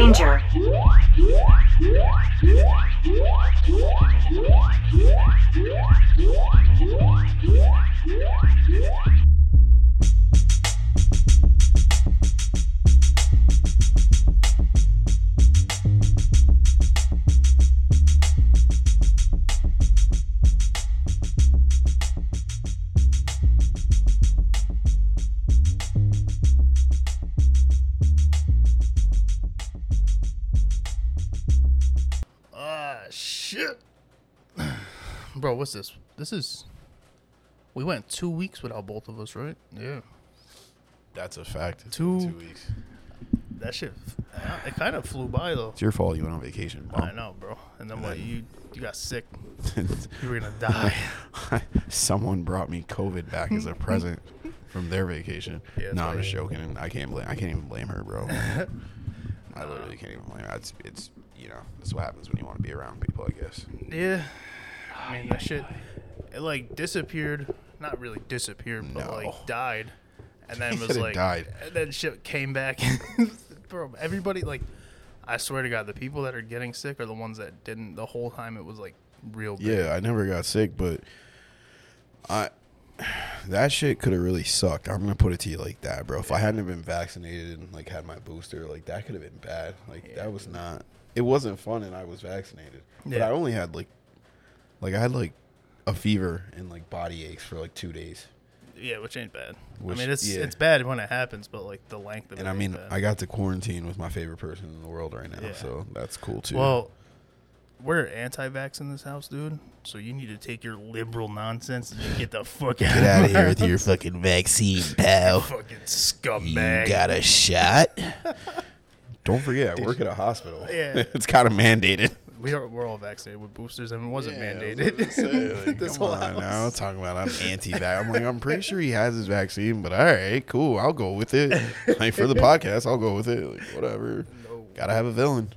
pleasure. Ah, shit. Bro, what's this? This is. We went two weeks without both of us, right? Yeah. That's a fact. It's Two- been two weeks. That shit. f- It kind of flew by, though. It's your fault. You went on vacation. Bro. I know, bro. And then what? then- You you got sick. You were gonna die. Someone brought me COVID back as a present from their vacation. Yeah, that's no, right. I'm just joking. and I can't blame. I can't even blame her, bro. I literally can't even blame her. It's, it's you know that's what happens when you want to be around people. I guess. Yeah. I mean, that shit. It like disappeared. Not really disappeared, but No. like died. And then He was said it like. died. And then shit came back. bro, everybody, like. I swear to God, the people that are getting sick are the ones that didn't. The whole time it was like real bad. Yeah, I never got sick, but I that shit could have really sucked. I'm gonna put it to you like that, bro. If I hadn't have been vaccinated and like had my booster, like that could have been bad. Like that was not. It wasn't fun, and I was vaccinated, but Yeah. I only had like, like I had like a fever and like body aches for like two days. Yeah, which ain't bad. Which- I mean, it's yeah. it's bad when it happens, but like the length of And it. I ain't mean, bad. I got to quarantine with my favorite person in the world right now, Yeah. so that's cool too. well, we're anti-vax in this house, dude. So you need to take your liberal nonsense and get the fuck out, get out of here with our your fucking vaccine, pal. fucking scumbag. a shot? Don't forget, I work at a hospital. Yeah. it's kind of mandated. We are we're all vaccinated with boosters, and it wasn't mandated. this whole on now, talking about I'm anti-vax. I'm like, I'm pretty sure he has his vaccine, but all right, cool, I'll go with it. Like for the podcast, I'll go with it. Like whatever. Gotta have a villain.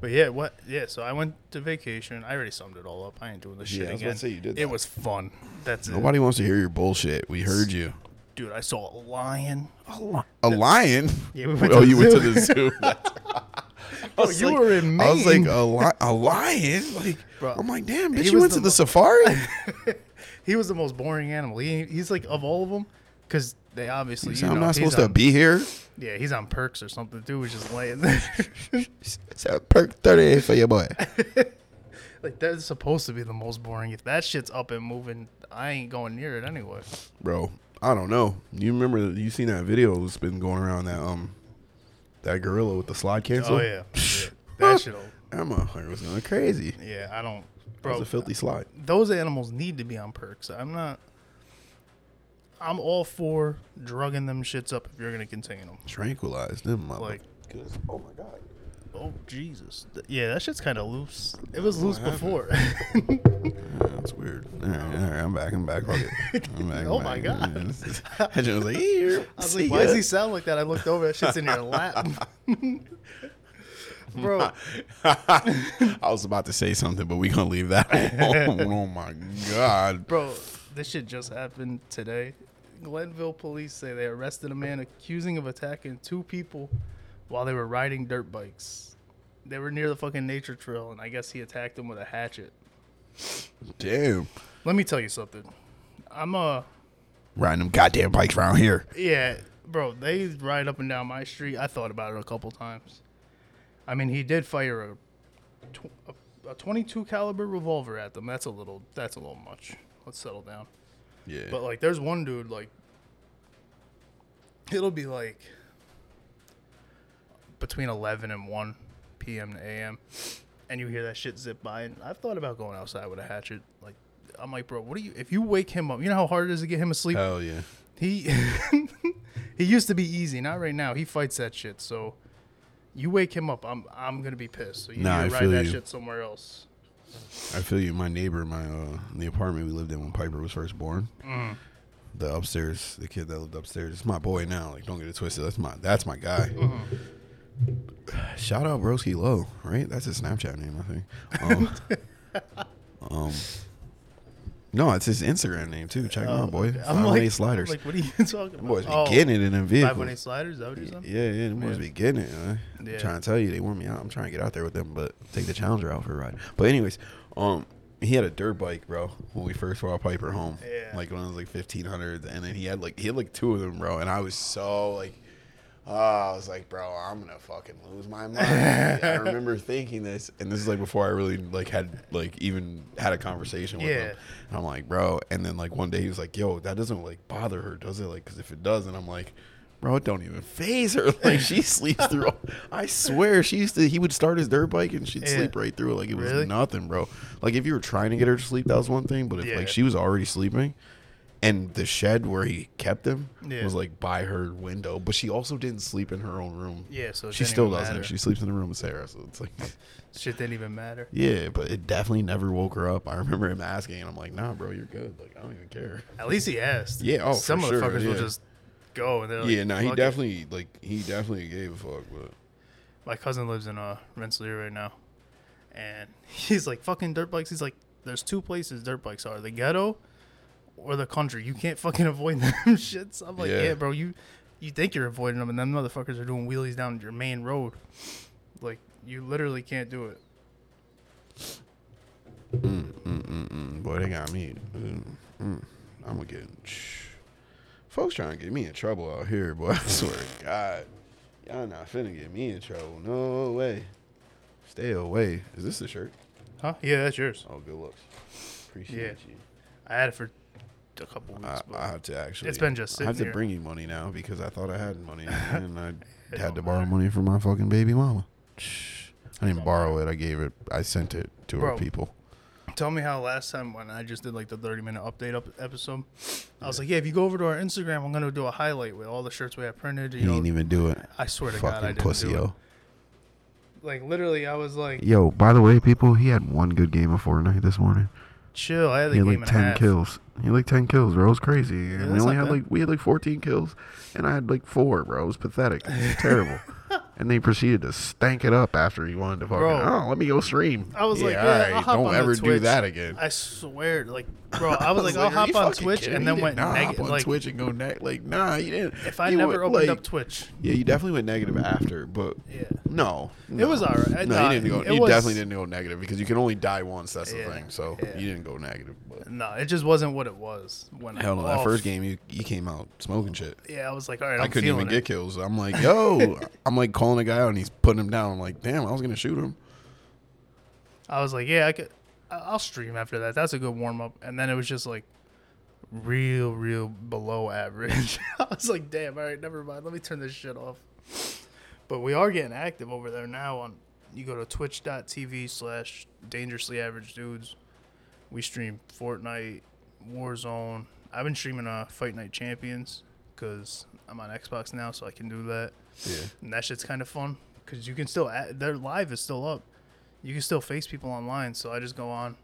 But yeah, what? Yeah, so I went to vacation. I already summed it all up. I ain't doing this shit Yeah, I was again. about to say you did It that. was fun. That's Nobody wants to hear your bullshit. We heard you. it, dude. I saw a lion. A lion. Yeah, we went oh, to the you went zoo. Oh, to the zoo. That's- I was you were in I was like Maine. a, li- a lion. Like Bro, I'm like, damn, he bitch, you was went the to the li- safari. He was the most boring animal. He, he's like of all of them, because they obviously. You So I'm know, not he's supposed to on- be here. Yeah, he's on perks or something. Dude was just laying there. So perk 38 for your boy. like that's supposed to be the most boring. If that shit's up and moving, I ain't going near it anyway. Bro, I don't know. You remember you seen that video that's been going around that um that gorilla with the slide cancel? Oh yeah, yeah. that shit'll. That motherfucker was going crazy. Yeah, I don't. That was Bro, a filthy slide. those animals need to be on perks. I'm not. I'm all for drugging them shits up if you're gonna contain them. Tranquilized them motherfucker. Like- oh my god. Oh Jesus! Th- Yeah, that shit's kind of loose. It was loose before. Yeah, that's weird. All right, all right, I'm back. I'm back. Fuck it. I'm back. Oh I'm my back. God. I just was like, here. I was like, why does he sound like that? I looked over. That shit's in your lap, bro. I was about to say something, but we gonna leave that. alone. oh my god. Bro, this shit just happened today. Glenville police say they arrested a man accusing of attacking two people while they were riding dirt bikes. They were near the fucking nature trail, and I guess he attacked them with a hatchet. Damn. Let me tell you something. I'm uh Riding them goddamn bikes around here. yeah, bro. They ride up and down my street. I thought about it a couple times. I mean, he did fire a tw- a, a 22 caliber revolver at them. That's a little. That's a little much. Let's settle down. Yeah. But like, there's one dude like, it'll be like between 11 and 1 p.m. to a.m. and you hear that shit zip by. And I've thought about going outside with a hatchet. Like, I'm like, bro, what do you? If you wake him up, you know how hard it is to get him asleep. Hell yeah. He he used to be easy, not right now. He fights that shit. So you wake him up, I'm I'm gonna be pissed. So you Nah, need to I ride feel that you. shit somewhere else. I feel you. My neighbor, my uh, in the apartment we lived in when Piper was first born. Mm. The upstairs, the kid that lived upstairs, it's my boy now. Like, don't get it twisted. That's my that's my guy. Mm-hmm. Shout out Broski Low, right? That's his Snapchat name, I think. Um, um, No, it's his Instagram name too. Check him Oh, out, boy. okay. Five one eight sliders. I'm like, what are you talking about? Oh, Them boys be getting it in them vehicles. Five one eight sliders. Is that what you're saying? Yeah, yeah, them boys Yeah. be getting it. Man. Yeah. I'm trying to tell you, they want me out. I'm trying to get out there with them, but take the Challenger out for a ride. But anyways, um, he had a dirt bike, bro, when we first brought Piper home. Yeah. Like when I was like 1500, and then he had like he had like two of them, bro, and I was so like. Oh, I was like, bro, I'm gonna fucking lose my mind. I remember thinking this, and this is like before I really like had like even had a conversation with Yeah. him. And I'm like, bro. And then like one day he was like, yo, that doesn't like bother her, does it? Like, cause if it does, and I'm like, bro, it don't even phase her. Like she sleeps through. all- I swear, she used to. He would start his dirt bike and she'd Yeah. sleep right through it. Like it was Really? nothing, bro. Like if you were trying to get her to sleep, that was one thing. But if Yeah. like she was already sleeping. And the shed where he kept them Yeah. was like by her window, but she also didn't sleep in her own room. Yeah, so it she didn't still even doesn't. matter. She sleeps in the room with Sarah, so it's like, Shit didn't even matter. yeah, but it definitely never woke her up. I remember him asking, and I'm like, nah, bro, you're good. Like I don't even care. At least he asked. Yeah, oh, some for sure, motherfuckers will yeah. just go and they're like, yeah, no, he Oh, fuck it. definitely like he definitely gave a fuck. But My cousin lives in uh Rensselaer right now, and he's like fucking dirt bikes. He's like, there's two places dirt bikes are: the ghetto or the country. You can't fucking avoid them shits. I'm like, yeah, Yeah. bro, you you think you're avoiding them, and them motherfuckers are doing wheelies down your main road. Like, you literally can't do it. Mm, boy, they got me. Mm, mm. I'm gonna get shh. folks trying to get me in trouble out here, boy. I swear to God, y'all not finna get me in trouble. No way. Stay away. Is this the shirt? Huh? Yeah, that's yours. Oh, good looks. Appreciate you. I had it for a couple weeks. I, but I have to actually. It's been just I have sitting to here. bring you money now because I thought I had money and I It had to don't borrow matter. money from my fucking baby mama. Shh. I didn't borrow it. I gave it. I sent it to Bro. her people. Tell me how last time when I just did like the 30 minute update up episode, I was like, yeah, if you go over to our Instagram, I'm gonna do a highlight with all the shirts we have printed. You He know, didn't even do it. I swear to God, I Fucking didn't pussy, do it. yo. Like literally, I was like, Yo, by the way, people, he had one good game of Fortnite this morning. chill. I had the He had game like in half. ten kills. He had like ten kills, bro. It was crazy. And we that's only not had bad. like we had like fourteen kills, and I had like four, bro. It was pathetic. It was terrible. And they proceeded to stank it up after he wanted to fucking. Bro. Oh, let me go stream. I was like, all yeah, I'll right, hop don't on ever the do Twitch. that again. I swear, like, bro, I was, was like, are I'll you hop on fucking Twitch kidding and me? then You went did not negative. Hop on Like, Twitch and go neg. Like, nah, you didn't. if I you never went, opened like- up Twitch, yeah, you definitely went negative after, but Yeah. no, It was no. all right. No, Nah, you didn't go. it You was- definitely didn't go negative because you can only die once. That's Yeah, the thing. So yeah. you didn't go negative. But no, it just wasn't what it was when hell I, no, that oh, first game you you came out smoking shit. Yeah, I was like, all right, I'm I couldn't even feeling get it. kills. I'm like, yo, I'm like calling a guy out and he's putting him down. I'm like, damn, I was gonna shoot him. I was like, yeah, I could. I- I'll stream after that. That's a good warm up. And then it was just like real, real below average. I was like, damn, all right, never mind. Let me turn this shit off. But we are getting active over there now. On you go to twitch.tv slash dangerously average dudes. We stream Fortnite, Warzone. I've been streaming uh, Fight Night Champions because I'm on Xbox now, so I can do that. Yeah, And that shit's kind of fun because you can still add, their live is still up. You can still face people online. So I just go on.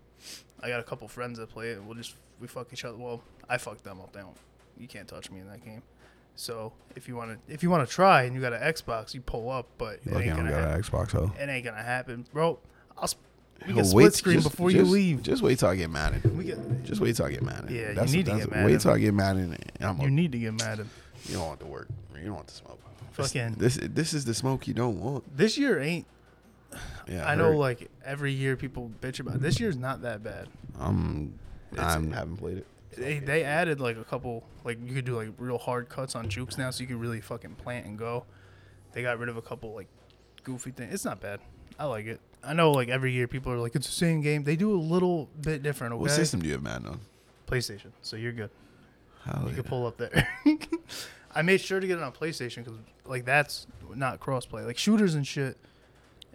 I got a couple friends that play it. We'll just we fuck each other. Well, I fuck them up. They don't. You can't touch me in that game. So if you want to, if you want to try and you got an Xbox, you pull up. But it lucky ain't I don't gonna got happen. an Xbox. Though. It ain't gonna happen, bro. I'll. Sp- we Yo, can wait- split screen just- before you just- leave. Just wait till I get mad at him. We can, Just wait till I get mad at him. Yeah, you That's- need to that's- get mad at Wait till I get mad at him. and I'm a- you need to get mad at. You don't want the work. You don't want the smoke. This- Fucking- This, this is the smoke you don't want. This year ain't. Yeah, I know, heard. like every year people bitch about. This year's not that bad. I'm I haven't played it. They, they added like a couple like you could do like real hard cuts on jukes now, so you could really fucking plant and go. They got rid of a couple like goofy things. It's not bad. I like it. I know like every year people are like it's the same game. They do a little bit different. Okay, What system do you have Madden on? PlayStation. So you're good. Hell You can pull up there. I made sure to get it on PlayStation because like that's not crossplay. Like shooters and shit,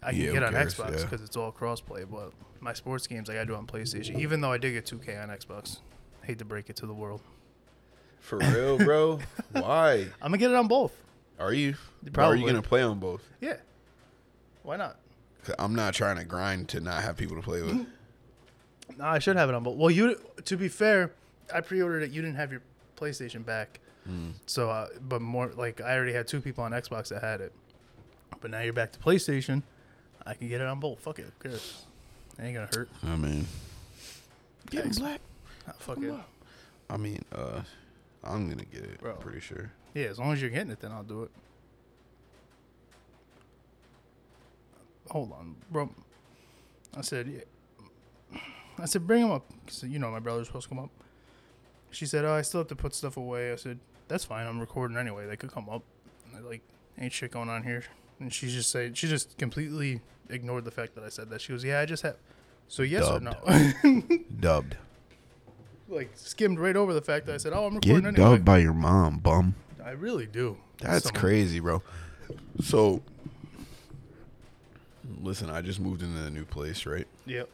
I can Yeah, get who on cares? Xbox Yeah. because it's all crossplay. But my sports games I gotta do on PlayStation. Even though I did get 2K on Xbox. Hate to break it to the world. For real, bro? Why? I'm gonna get it on both. Are you? Are Probably. you gonna play on both? Yeah. Why not? 'Cause I'm not trying to grind to not have people to play with. No, I should have it on both. Well, you to be fair, I pre-ordered it. You didn't have your PlayStation back, so uh, but more like I already had two people on Xbox that had it, but now you're back to PlayStation. I can get it on both. Fuck it, who cares? It ain't gonna hurt. I mean, get in Thanks. black. Not fucking. I mean, uh, I'm gonna get it. Bro. I'm pretty sure. Yeah, as long as you're getting it, then I'll do it. Hold on, bro. I said, yeah. I said, bring him up. So, you know, my brother's supposed to come up. She said, oh, I still have to put stuff away. I said, that's fine. I'm recording anyway. They could come up. I, like, ain't shit going on here. And she just said, she just completely ignored the fact that I said that. She goes, yeah, I just have. So, yes or no? Dubbed. like, skimmed right over the fact that I said, oh, I'm Get recording dubbed anyway. by your mom, bum. I really do. That's Some- crazy, bro. So, listen, I just moved into a new place, right? Yep.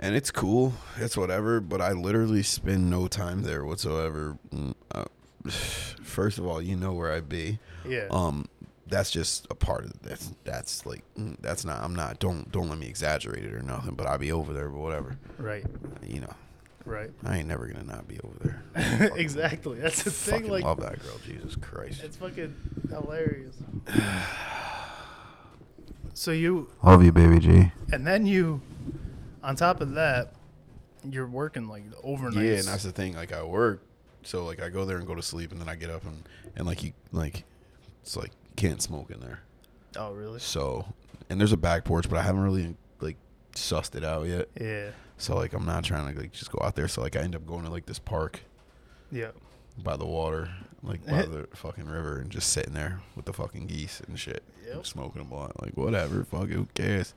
And it's cool, it's whatever, but I literally spend no time there whatsoever. Mm, uh, First of all, you know where I be. Yeah. Um, that's just a part of that's that's like mm, that's not. I'm not. Don't don't let me exaggerate it or nothing. But I be over there, but whatever. right. You know, Right. I ain't never gonna not be over there. exactly. That's the thing. Fucking Like, love that girl, Jesus Christ. it's fucking hilarious. so you, Love you, baby G. and then you, on top of that, you're working like overnight. Yeah, and that's the thing. Like I work, so like I go there and go to sleep, and then I get up and and like you like it's like you can't smoke in there. oh, really? So and there's a back porch, but I haven't really like sussed it out yet. Yeah. So like I'm not trying to like just go out there. So like I end up going to like this park Yeah. by the water, like by the fucking river, and just sitting there with the fucking geese and shit, Yep. and smoking a blunt. Like whatever, fuck, who cares?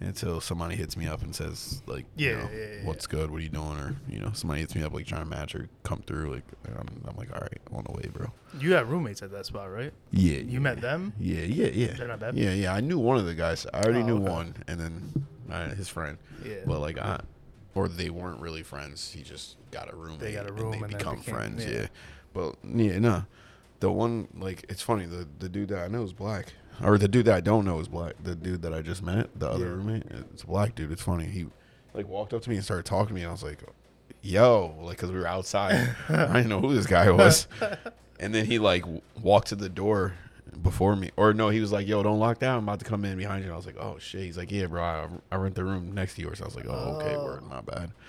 Until somebody hits me up and says like, you Yeah, know, yeah, yeah, what's good? What are you doing? Or you know, somebody hits me up like trying to match or come through. Like I'm, I'm like, all right, on the way, bro. You had roommates at that spot, right? Yeah, You met them? Yeah, yeah, yeah. They're not bad? Yeah, yeah. I knew one of the guys. I already Oh, knew okay. one, and then uh, his friend. Yeah. But like I, or they weren't really friends. He just got a roommate. got a room and they and then become became- friends. yeah. Yeah. But yeah, no. The one like it's funny. The the dude that I know is black, or the dude that I don't know is black. The dude that I just met, the other Yeah. roommate, it's a black dude. It's funny. He like walked up to me and started talking to me, and I was like, "Yo," like because we were outside. I didn't know who this guy was. And then he like w- walked to the door before me, or no, he was like, "Yo, don't lock down. I'm about to come in behind you." And I was like, "Oh shit." He's like, "Yeah, bro, I, I rent the room next to yours." I was like, "Oh, okay, Oh. word, my bad."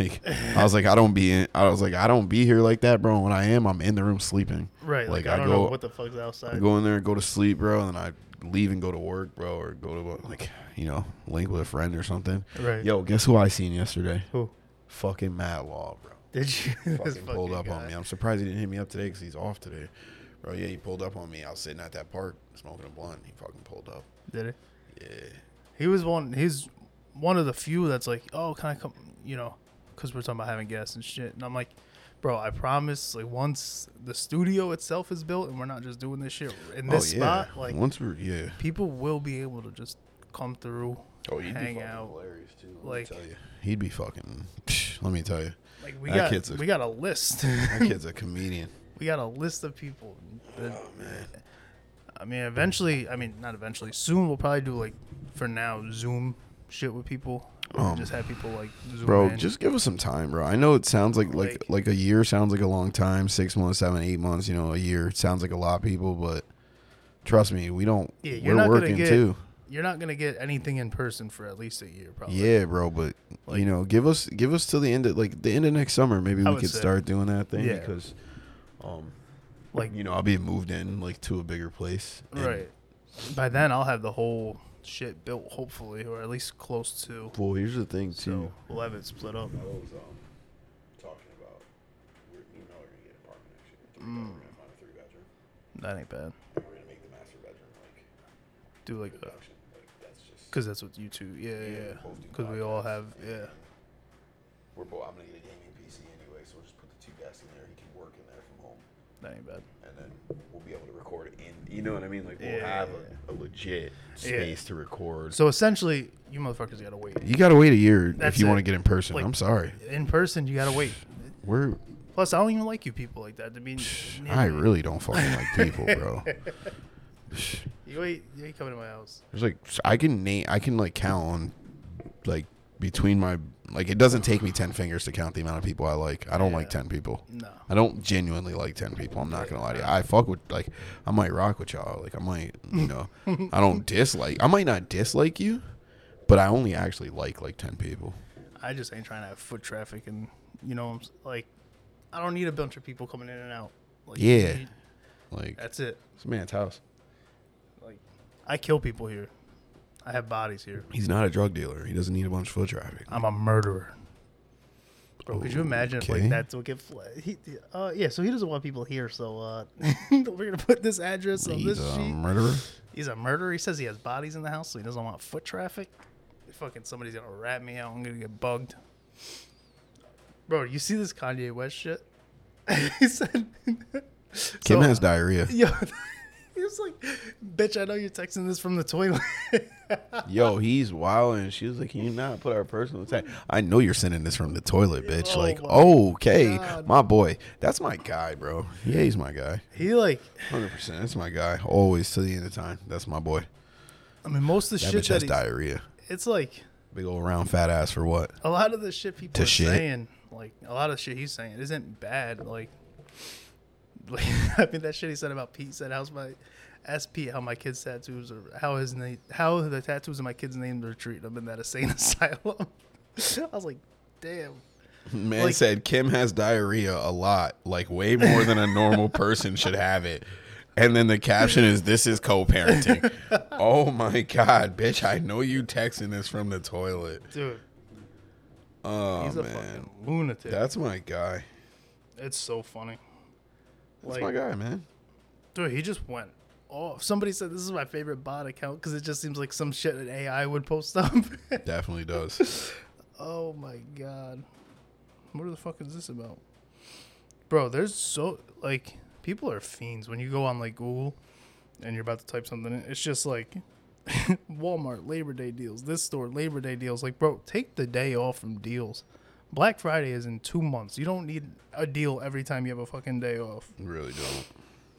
Like, I was like, "I don't be in." I was like, "I don't be here like that, bro. When I am, I'm in the room sleeping." Right. Like, I, don't know what the fuck's I outside. go in there, go to sleep, bro, and then I leave and go to work, bro, or go to like you know link with a friend or something. Right. Yo, guess who I seen yesterday? Who Fucking Matt Law, bro did you? this fucking pulled up fucking on guy. me. I'm surprised he didn't hit me up today because he's off today. Bro, yeah, he pulled up on me. I was sitting at that park smoking a blunt. He fucking pulled up. Did it? Yeah. He was one. He's one of the few that's like, oh, can I come? You know, because we're talking about having guests and shit. And I'm like, bro, I promise. Like once the studio itself is built and we're not just doing this shit in Oh, this spot, like once we're yeah. people will be able to just come through, Oh, hang out. hilarious too. Let Like- me tell you, he'd be fucking. let me tell you, Like we That got kid's a- we got a list. that kid's a comedian. we got a list of people. Oh, I mean, eventually. I mean, not eventually. Soon we'll probably do like for now Zoom shit with people. Um, just have people like Zoom Bro, in. just give us some time, bro. I know it sounds like, like Like- like a year sounds like a long time. Six months, seven, eight months, you know, a year sounds like a lot of people, but trust me, we don't. Yeah, you're we're not gonna working get- too. You're not gonna get anything in person for at least a year, probably. Yeah, bro, but you know, give us give us till the end of like the end of next summer. Maybe I we would could say. start doing that thing Yeah. because, um, Like you know, I'll be moved in like to a bigger place. and right. By then, I'll have the whole shit built, hopefully, or at least close to. Well, here's the thing too. So we'll have it split up. I was um talking about we're, you know, we're gonna get an apartment next year. Mm. Three bedroom, we're gonna find a three bedroom, That ain't bad. and we're gonna make the master bedroom like Do like, a, production. Like that's just cause that's what you two. Yeah, Yeah, yeah. we both do Cause we all podcasts. have. Yeah. we're both. I'm gonna get a gaming PC anyway, so we'll just put the two desks in there. He can work in there from home. That ain't bad. and then we'll be able to record it in. You know what I mean? Like we'll Yeah. have a, a legit space to record. So essentially, you motherfuckers gotta wait. you gotta wait a year That's if you it. want to get in person. Like- I'm sorry. In person, you gotta wait. We're Plus, I don't even like you people like that. I mean, I really don't fucking like people, bro. you ain't you ain't coming to my house. There's like I can name I can like count on like between my like it doesn't take me ten fingers to count the amount of people I like. I don't like ten people. No. I don't genuinely like ten people. I'm not gonna lie to you. I fuck with like I might rock with y'all. Like I might you know I don't dislike. I might not dislike you, but I only actually like like ten people. I just ain't trying to have foot traffic, and you know, I'm s- like, I don't need a bunch of people coming in and out. Like, Yeah. Like that's it. this man's house. Like, I kill people here. I have bodies here. He's not a drug dealer. He doesn't need a bunch of foot traffic. I'm a murderer. Bro, could you imagine if, Okay. like that's what get fla- he, uh yeah, so he doesn't want people here, so uh we're gonna put this address on this He's a sheet. murderer. He's a murderer. He says he has bodies in the house, so he doesn't want foot traffic. Fucking somebody's gonna rat me out. I'm gonna get bugged. Bro, you see this Kanye West shit? he said. Kim So- has diarrhea. Yo, he was like, "Bitch, I know you're texting this from the toilet." Yo, he's wild, and she was like, "Can you not put our personal attack?" I know you're sending this from the toilet, bitch. Oh like, my okay, God. my boy, that's my guy, bro. Yeah, he's my guy, he like, hundred percent. That's my guy, always to the end of time. That's my boy. I mean, most of the That shit bitch that has he, diarrhea. it's like Big old round fat ass for what? a lot of the shit people To are shit. saying, like a lot of shit he's saying, isn't bad. Like, like I mean, that shit he said about Pete said, "How's my." Ask Pete how my kids' tattoos are, how his name, how the tattoos of my kids' names are treating them in that insane asylum. I was like, damn. Man Like- said Kim has diarrhea a lot, like way more than a normal person should have it. And then the caption is, "This is co-parenting." oh my god, bitch! I know you texting this from the toilet. Dude, Oh he's a man, fucking lunatic. that's my guy. it's so funny. That's my guy, man. Dude, he just went off. Somebody said this is my favorite bot account because it just seems like some shit an AI would post up. Definitely does. oh my god. What the fuck is this about? Bro, there's so like people are fiends when you go on like Google and you're about to type something in, it's just like Walmart Labor Day deals, this store Labor Day deals. Like, bro, take the day off from deals. Black Friday is in 2 months. You don't need a deal every time you have a fucking day off. really don't.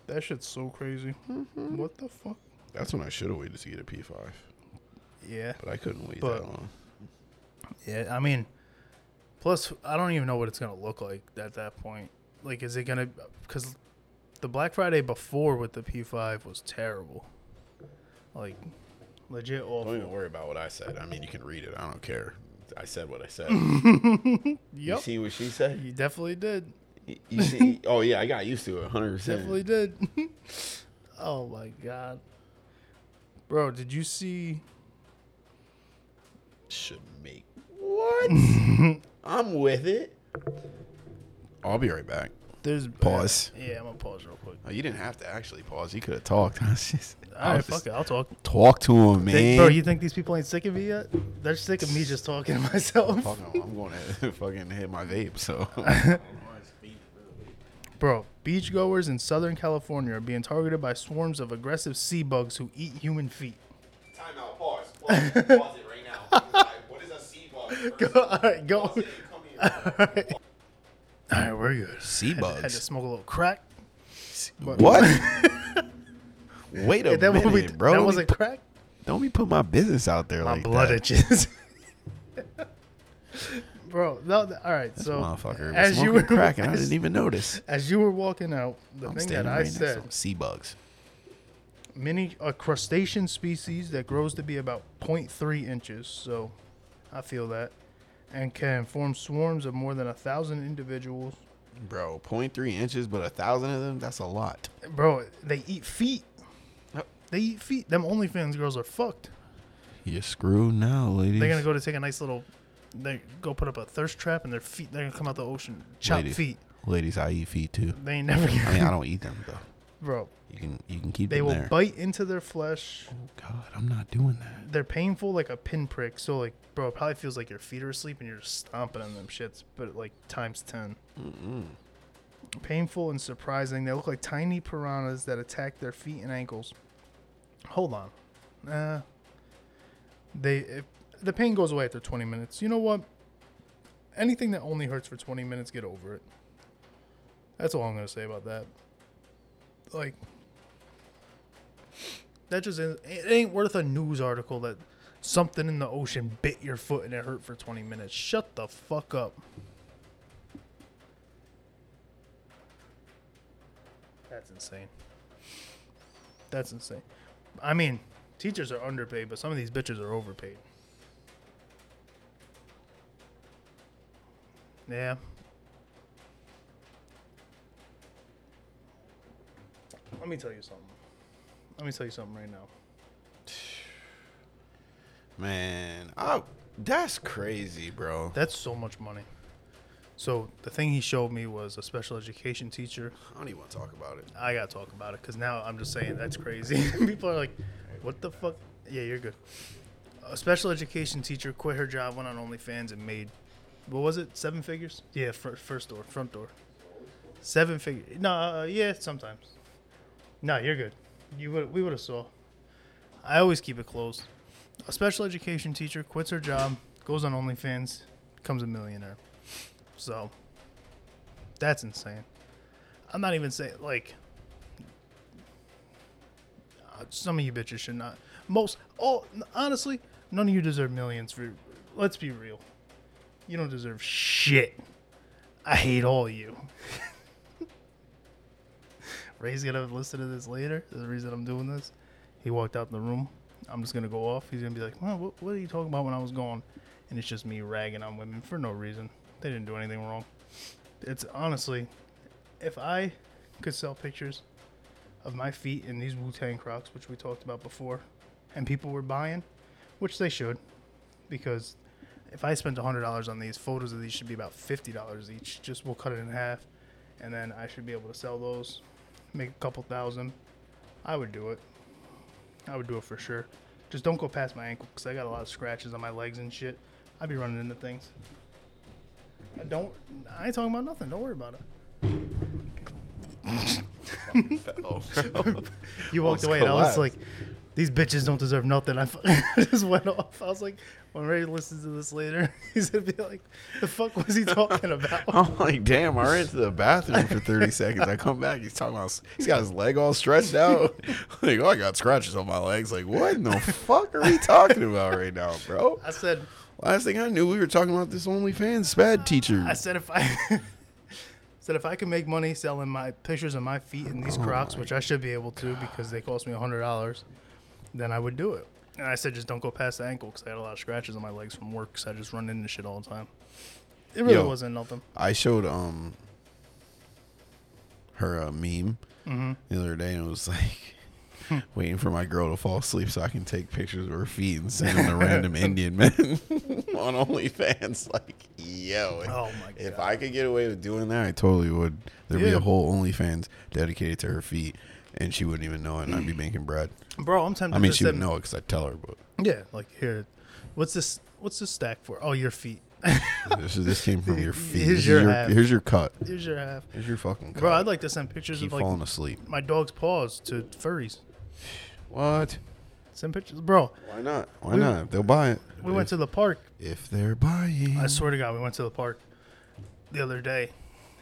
That shit's so crazy. What the fuck? That's when I should have waited to get a P5, Yeah. but I couldn't wait But- that long. Yeah, I mean, plus I don't even know what it's gonna look like at that point. Like, is it gonna? Because the Black Friday before with the P5 was terrible. Like, legit Don't awful. even worry about what I said. I mean, you can read it. I don't care. I said what I said. You Yep, see what she said? you definitely did. Y- You see? Oh yeah, I got used to it, hundred percent. Definitely did. oh my god, bro, did you see? should make. What? I'm with it. I'll be right back. There's uh, Pause. Yeah, I'm gonna pause real quick. Oh, you didn't have to actually pause. You could have talked. I was just, All right, Oh, fuck it, I'll talk. Talk to him, man. Think- bro, you think these people ain't sick of me yet? They're sick of me just talking to myself. Fuck 'em, I'm going to fucking hit my vape. So Bro, beachgoers in Southern California are being targeted by swarms of aggressive sea bugs who eat human feet. Time out. Pause. Pause, pause it right now. Like, what is a sea bug? Go, First, all right, go. All pause it and come here. right, we're good. sea Had to smoke a little crack. What? Wait a Is that minute, what we? bro. that Don't wasn't be, crack. don't be putting my business out there My like blood that. itches. bro, no, th- all right. so, motherfucker. as you were crack, and I as, didn't even notice. as you were walking out, the I'm thing that standing I right next said to 'em. sea bugs. many a crustacean species that grows to be about 0.3 inches so i feel that and can form swarms of more than a thousand individuals Bro, 0.3 inches, but a thousand of them, that's a lot. bro they eat feet Yep. they eat feet them onlyfans girls are fucked You're screwed now, ladies. they're gonna go to take a nice little they go put up a thirst trap and their feet they're gonna come out the ocean chop Ladies. feet Ladies, I eat feet too. they ain't never I mean, gonna I don't eat them though. bro You can you can keep they them will there. bite into their flesh God, I'm not doing that. they're painful like a pinprick. So like, bro, it probably feels like your feet are asleep and you're just stomping on them shits, but like times 10 Painful and surprising. They look like tiny piranhas that attack their feet and ankles. Hold on, uh, they if, the pain goes away after 20 minutes. You know what? Anything that only hurts for 20 minutes, get over it. That's all I'm gonna say about that. Like, that just is, it ain't worth a news article that something in the ocean bit your foot and it hurt for 20 minutes. Shut the fuck up. That's insane. That's insane. I mean, teachers are underpaid, but some of these bitches are overpaid. Yeah. Let me tell you something. Let me tell you something right now. Man, I, that's crazy, bro. That's so much money. So the thing he showed me was a special education teacher. I don't even want to talk about it. I gotta talk about it because now I'm just saying that's crazy. People are like, "What the fuck?" Yeah, you're good. A special education teacher quit her job, went on OnlyFans, and made what was it? Seven figures? Yeah, fir- first door, front door. Seven figures? No, uh, yeah, sometimes. No, you're good. You would we would have saw. I always keep it closed. A special education teacher quits her job, goes on OnlyFans, becomes a millionaire. So that's insane. I'm not even saying like uh, some of you bitches should not. Most, oh, n- honestly, none of you deserve millions. For let's be real, you don't deserve shit. I hate all of you. Ray's gonna listen to this later. There's a reason I'm doing this. He walked out the room. I'm just gonna go off. He's gonna be like, well, what, what are you talking about when I was gone? And it's just me ragging on women for no reason. They didn't do anything wrong. It's honestly, if I could sell pictures of my feet in these Wu Tang Crocs, which we talked about before, and people were buying, which they should, because if I spent hundred dollars on these, photos of these should be about fifty dollars each. Just we'll cut it in half, and then I should be able to sell those, make a couple thousand. I would do it. I would do it for sure. Just don't go past my ankle because I got a lot of scratches on my legs and shit. I'd be running into things. I don't. I ain't talking about nothing. Don't worry about it. Oh, You walked Almost away, and I was collapsed. like, "These bitches don't deserve nothing." I fu- just went off. I was like, "When Ray listens to this later, he's gonna be like, the fuck was he talking about?" I'm like, damn, I ran to the bathroom for 30 seconds. I come back, he's talking about, he's got his leg all stretched out. Like, oh, I got scratches on my legs. Like, what in the fuck are we talking about right now, bro? I said, Last thing I knew, we were talking about this OnlyFans spad teacher. "I said if I said if I could make money selling my pictures of my feet in Oh these Crocs, which I should be able to because they cost me hundred dollars, then I would do it." And I said, "Just don't go past the ankle because I had a lot of scratches on my legs from work because I just run into shit all the time." It really Yo. wasn't nothing. I showed um her a meme Mm-hmm. the other day, and it was like waiting for my girl to fall asleep so I can take pictures of her feet and send them to random Indian men on OnlyFans. Like, yo, if- Oh my if God. I could get away with doing that, I totally would. There'd be Yeah. a whole OnlyFans dedicated to her feet, and she wouldn't even know it, and I'd be making bread. Bro, I'm tempted. I mean, to she would send- know it because I tell her, but Yeah, like here, what's this? What's this stack for? Oh, your feet. this is this came from your feet. Here's This is your half. here's your cut. Here's your half, Here's your fucking cut. bro. I'd like to send pictures keep of like falling asleep. my dog's paws to furries. What? Send pictures, bro. Why not? Why not? They'll buy it. We went to the park. if they're buying. I swear to God, we went to the park the other day,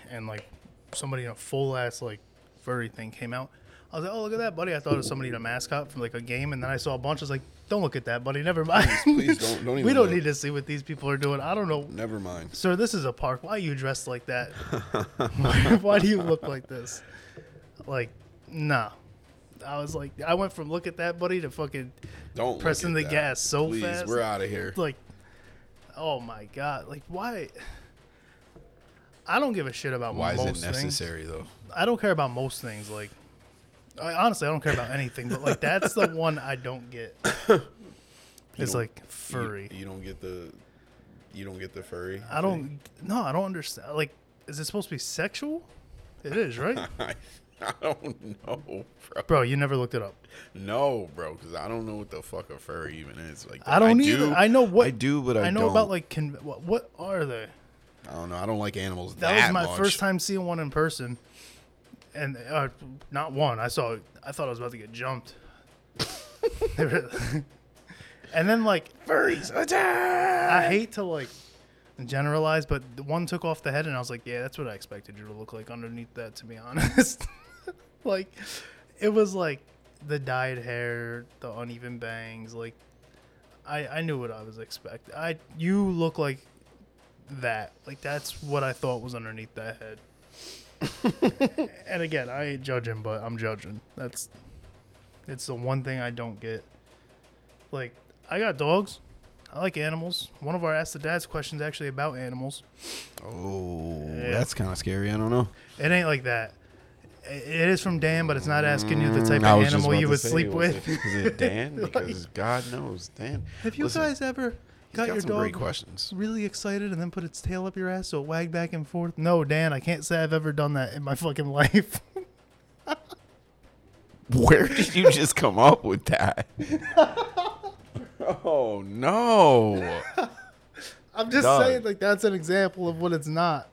and like somebody in a full ass like furry thing came out. I was like, oh look at that, buddy. I thought it was somebody in a mascot from like a game, and then I saw a bunch. I was like, don't look at that, buddy. Never mind. please don't- don't we even don't look. need to see what these people are doing. I don't know. Never mind. Sir, this is a park. Why are you dressed like that? why, why do you look like this? Like, nah. I was like, I went from look at that buddy to fucking Don't look pressing at the that. gas so Please, fast. we're out of here. like, oh my god, like why? I don't give a shit about Why is most it necessary though? things. I don't care about most things. Like, I, honestly, I don't care about anything. But like, that's the one I don't get. it's don't- like furry. You, you don't get the. You don't get the furry. I don't. No, I don't understand. Like, is it supposed to be sexual? It is, right? I, I don't know, bro. Bro, you never looked it up. No, bro, because I don't know what the fuck a furry even is. Like, I don't do- either. I know what I do, but I, I know don't. about like con- what, what are they? I don't know. I don't like animals. That, That, was my much. first time seeing one in person, and uh, not one. I saw. I thought I was about to get jumped. They were- and then like Furries attack. I hate to like generalize, but the one took off the head, and I was like, yeah, that's what I expected you to look like underneath that. To be honest, like it was like the dyed hair, the uneven bangs. Like I I knew what I was expecting. I you look like that. Like that's what I thought was underneath that head. and again, I ain't judging, but I'm judging. That's it's the one thing I don't get. Like I got dogs. I I like animals. One of our Ask the Dads questions actually about animals. Oh, Yeah. that's kind of scary. I don't know. It ain't like that. I- It is from Dan, but it's not asking you the type Mm, I of was just animal about you to would say, sleep was with. It, is it Dan? Because God knows Dan. Have you Listen, guys ever he's got, your some great dog questions. really excited and then put its tail up your ass so it wagged back and forth? No, Dan, I can't say I've ever done that in my fucking life. Where did you just come up with that? oh no! I'm just Dog. saying, like that's an example of what it's not.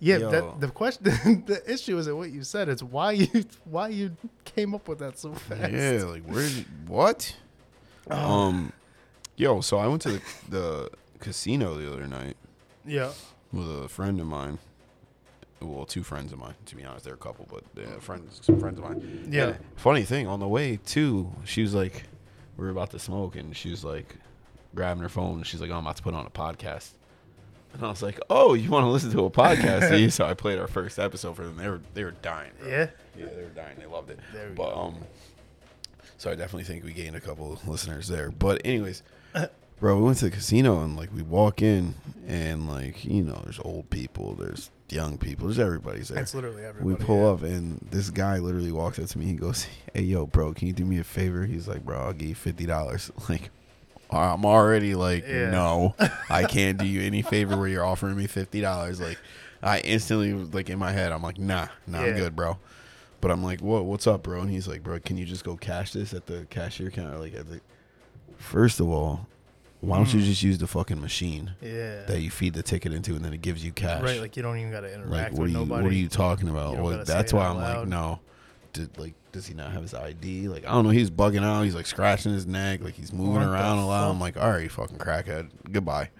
Yeah, Yo. that, the question, the issue isn't what you said. It's why you why you came up with that so fast. Yeah, like where did you, what? Oh. Um, yo, so I went to the, the casino the other night yeah. with a friend of mine. Well, two friends of mine. To be honest, they're a couple, but yeah, friends, some friends of mine. Yeah. And funny thing, on the way too, she was like, we were about to smoke, and she was like, grabbing her phone, and she's like, oh, I'm about to put on a podcast. And I was like, "Oh, you want to listen to a podcast?" do you? so I played our first episode for them. They were they were dying. bro. Yeah. Yeah, they were dying. They loved it. There we but um, so I definitely think we gained a couple of listeners there. But anyways, bro, we went to the casino and like we walk in and like you know, there's old people, there's young people, there's everybody's there. That's literally We everybody, pull yeah. up and this guy literally walks up to me. He goes, "Hey, yo, bro, can you do me a favor?" He's like, "Bro, I'll give you fifty dollars." Like. I'm already like, Yeah. no, I can't do you any favor where you're offering me fifty dollars. Like, I instantly was like in my head, I'm like, nah, nah, Yeah. I'm good, bro. But I'm like, what? What's up, bro? And he's like, bro, can you just go cash this at the cashier counter? Like, at the... first of all, why don't you just use the fucking machine Mm. Yeah. that you feed the ticket into, and then it gives you cash? right. Like you don't even got to Like, interact what are with you? nobody. What are you talking about? You don't Like, gotta say that's it why out I'm loud. like, no. Did like does he not have his ID? Like I don't know. He's bugging out. He's like scratching his neck. Like he's moving What the around a lot. I'm like, all right, you fucking crackhead. Goodbye.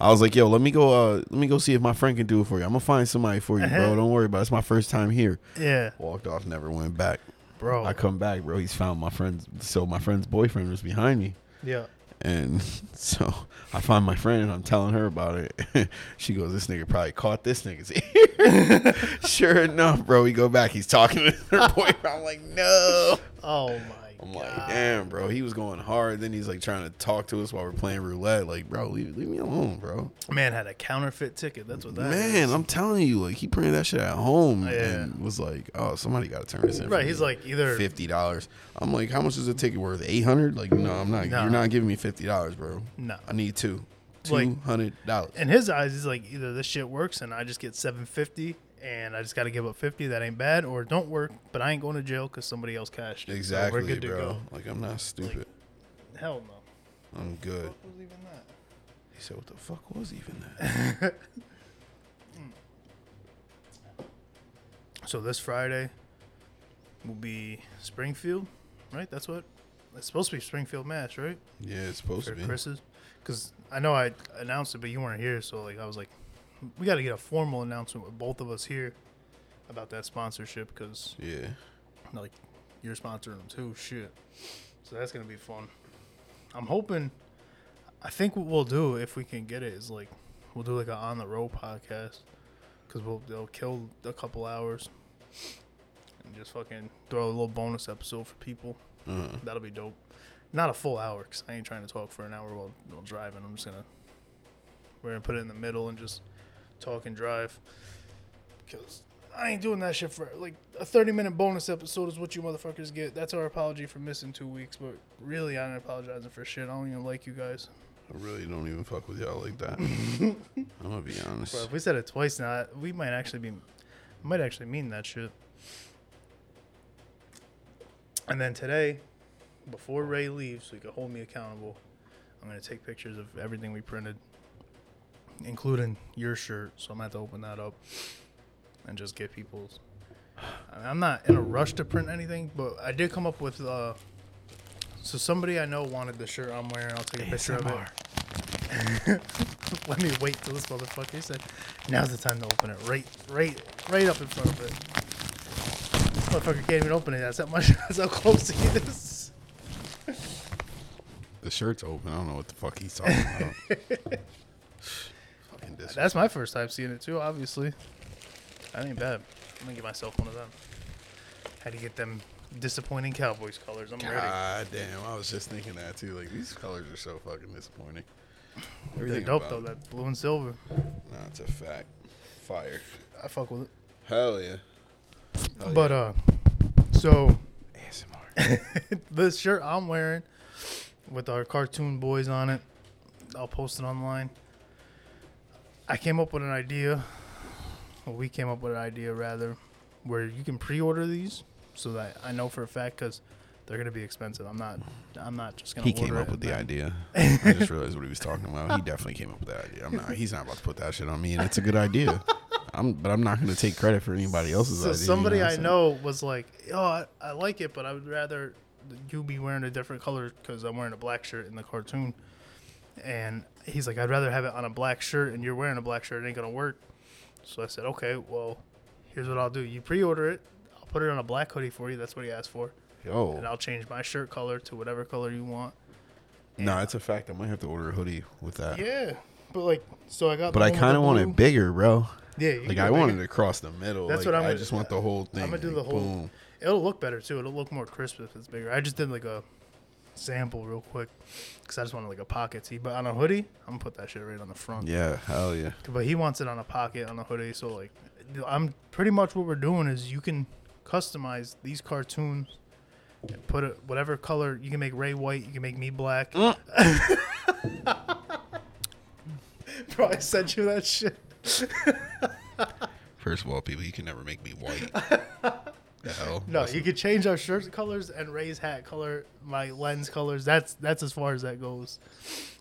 I was like, yo, let me go. Uh, let me go see if my friend can do it for you. I'm gonna find somebody for you, bro. Don't worry about. it. It's my first time here. Uh-huh. yeah, Walked off. Never went back. bro. I come back, bro. He's found my friend's. So my friend's boyfriend was behind me. yeah. And so I find my friend and I'm telling her about it. she goes, This nigga probably caught this nigga's ear. sure enough, bro, we go back. He's talking to her boyfriend. I'm like, No. Oh my. I'm God. like, Damn, bro. He was going hard. Then he's like trying to talk to us while we're playing roulette. Like, bro, leave, leave me alone, bro. Man had a counterfeit ticket. That's what that is. Man, I'm telling you, like, he printed that shit at home Yeah. and was like, Oh, somebody got to turn this in. for Right, me." he's like either $50. I'm like, How much is a ticket worth? 800 Like, no, I'm not. Nah. You're not giving me $50, bro. No. I need two. Like- Two hundred dollars. in his eyes, he's like either this shit works and I just get seven fifty and I just got to give up fifty. That ain't bad, or it don't work, but I ain't going to jail because somebody else cashed. it. So Exactly, bro. Like I'm not stupid. go. Hell no. I'm good. What was even that? He said, "What the fuck was even that?" So this Friday will be Springfield, right? That's what it's supposed to be Springfield Mass, right? yeah, it's supposed For to be. Chris's, because I know I announced it, but you weren't here, so like I was like, we got to get a formal announcement with both of us here about that sponsorship because Yeah, like you're sponsoring them too. Shit, so that's gonna be fun. I'm hoping. I think what we'll do if we can get it is like we'll do like a on the road podcast because we'll they'll kill a couple hours and just fucking throw a little bonus episode for people. That'll be dope. Not a full hour because I ain't trying to talk for an hour while, while driving. I'm just gonna we're gonna put it in the middle and just talk and drive because I ain't doing that shit for like a 30 minute bonus episode is what you motherfuckers get. That's our apology for missing two weeks, but really I ain't apologizing for shit. I don't even like you guys. I really don't even fuck with y'all like that. I'm gonna be honest. But if we said it twice now, we might actually be, might actually mean that shit. And then today, before Ray leaves, so he can hold me accountable, I'm gonna take pictures of everything we printed, including your shirt. So I'm gonna have to open that up and just get people's. I mean, I'm not in a rush to print anything, but I did come up with. Uh, so somebody I know wanted the shirt I'm wearing. I'll take a picture of it. Let me wait till this motherfucker He said, "Now's the time to open it." Right, right, right up in front of it. Motherfucker can't even open it. That's how much. That's how close he is. The shirt's open. I don't know what the fuck he's talking about. Fucking dis- That's my first time seeing it too. Obviously, that ain't bad. I'm gonna get myself one of them. How do you get them Disappointing Cowboys colors. I'm ready. God damn, I was just thinking that too. Like these colors are so fucking disappointing. They're Everything dope about though. it. That blue and silver. Nah, it's a fact. Fire. I fuck with it. Hell yeah. Hell but uh, so yeah. ASMR. the shirt I'm wearing with our cartoon boys on it. I'll post it online. I came up with an idea. Well, we came up with an idea rather, where you can pre-order these, so that I know for a fact because they're gonna be expensive. I'm not. I'm not just gonna. he came order up it with and the then- idea. I just realized what he was talking about. He definitely came up with that idea. I'm not. He's not about to put that shit on me, and it's a good idea. I'm, but I'm not going to take credit for anybody else's So idea. you somebody what I I'm know was like, "Oh, I, I like it, but I would rather you be wearing a different color because I'm wearing a black shirt in the cartoon." And he's like, "I'd rather have it on a black shirt, and you're wearing a black shirt. It ain't gonna work." So I said, "Okay, well, here's what I'll do. You pre-order it. I'll put it on a black hoodie for you. That's what he asked for, saying? and Yo, I'll change my shirt color to whatever color you want." no, it's a fact. I might have to order a hoodie with that. Yeah, but like, so I got. But I kind of want it bigger, bro. Yeah, you can Like do I it bigger. wanted it across the middle. That's Like, what I'm I gonna- just want the whole thing. I'm gonna do like, the whole. Boom. It'll look better too. It'll look more crisp if it's bigger. I just did like a sample real quick because I just wanted like a pocket tee. But on a hoodie, I'm gonna put that shit right on the front. Yeah, hell yeah. But he wants it on a pocket on a hoodie. So like, I'm pretty much what we're doing is you can customize these cartoons. and Put it whatever color you can make Ray white, you can make me black. Bro, I sent you that shit. First of all, people, you can never make me white. the hell? No, you could change our shirt colors and Ray's hat color, my lens colors. That's that's as far as that goes.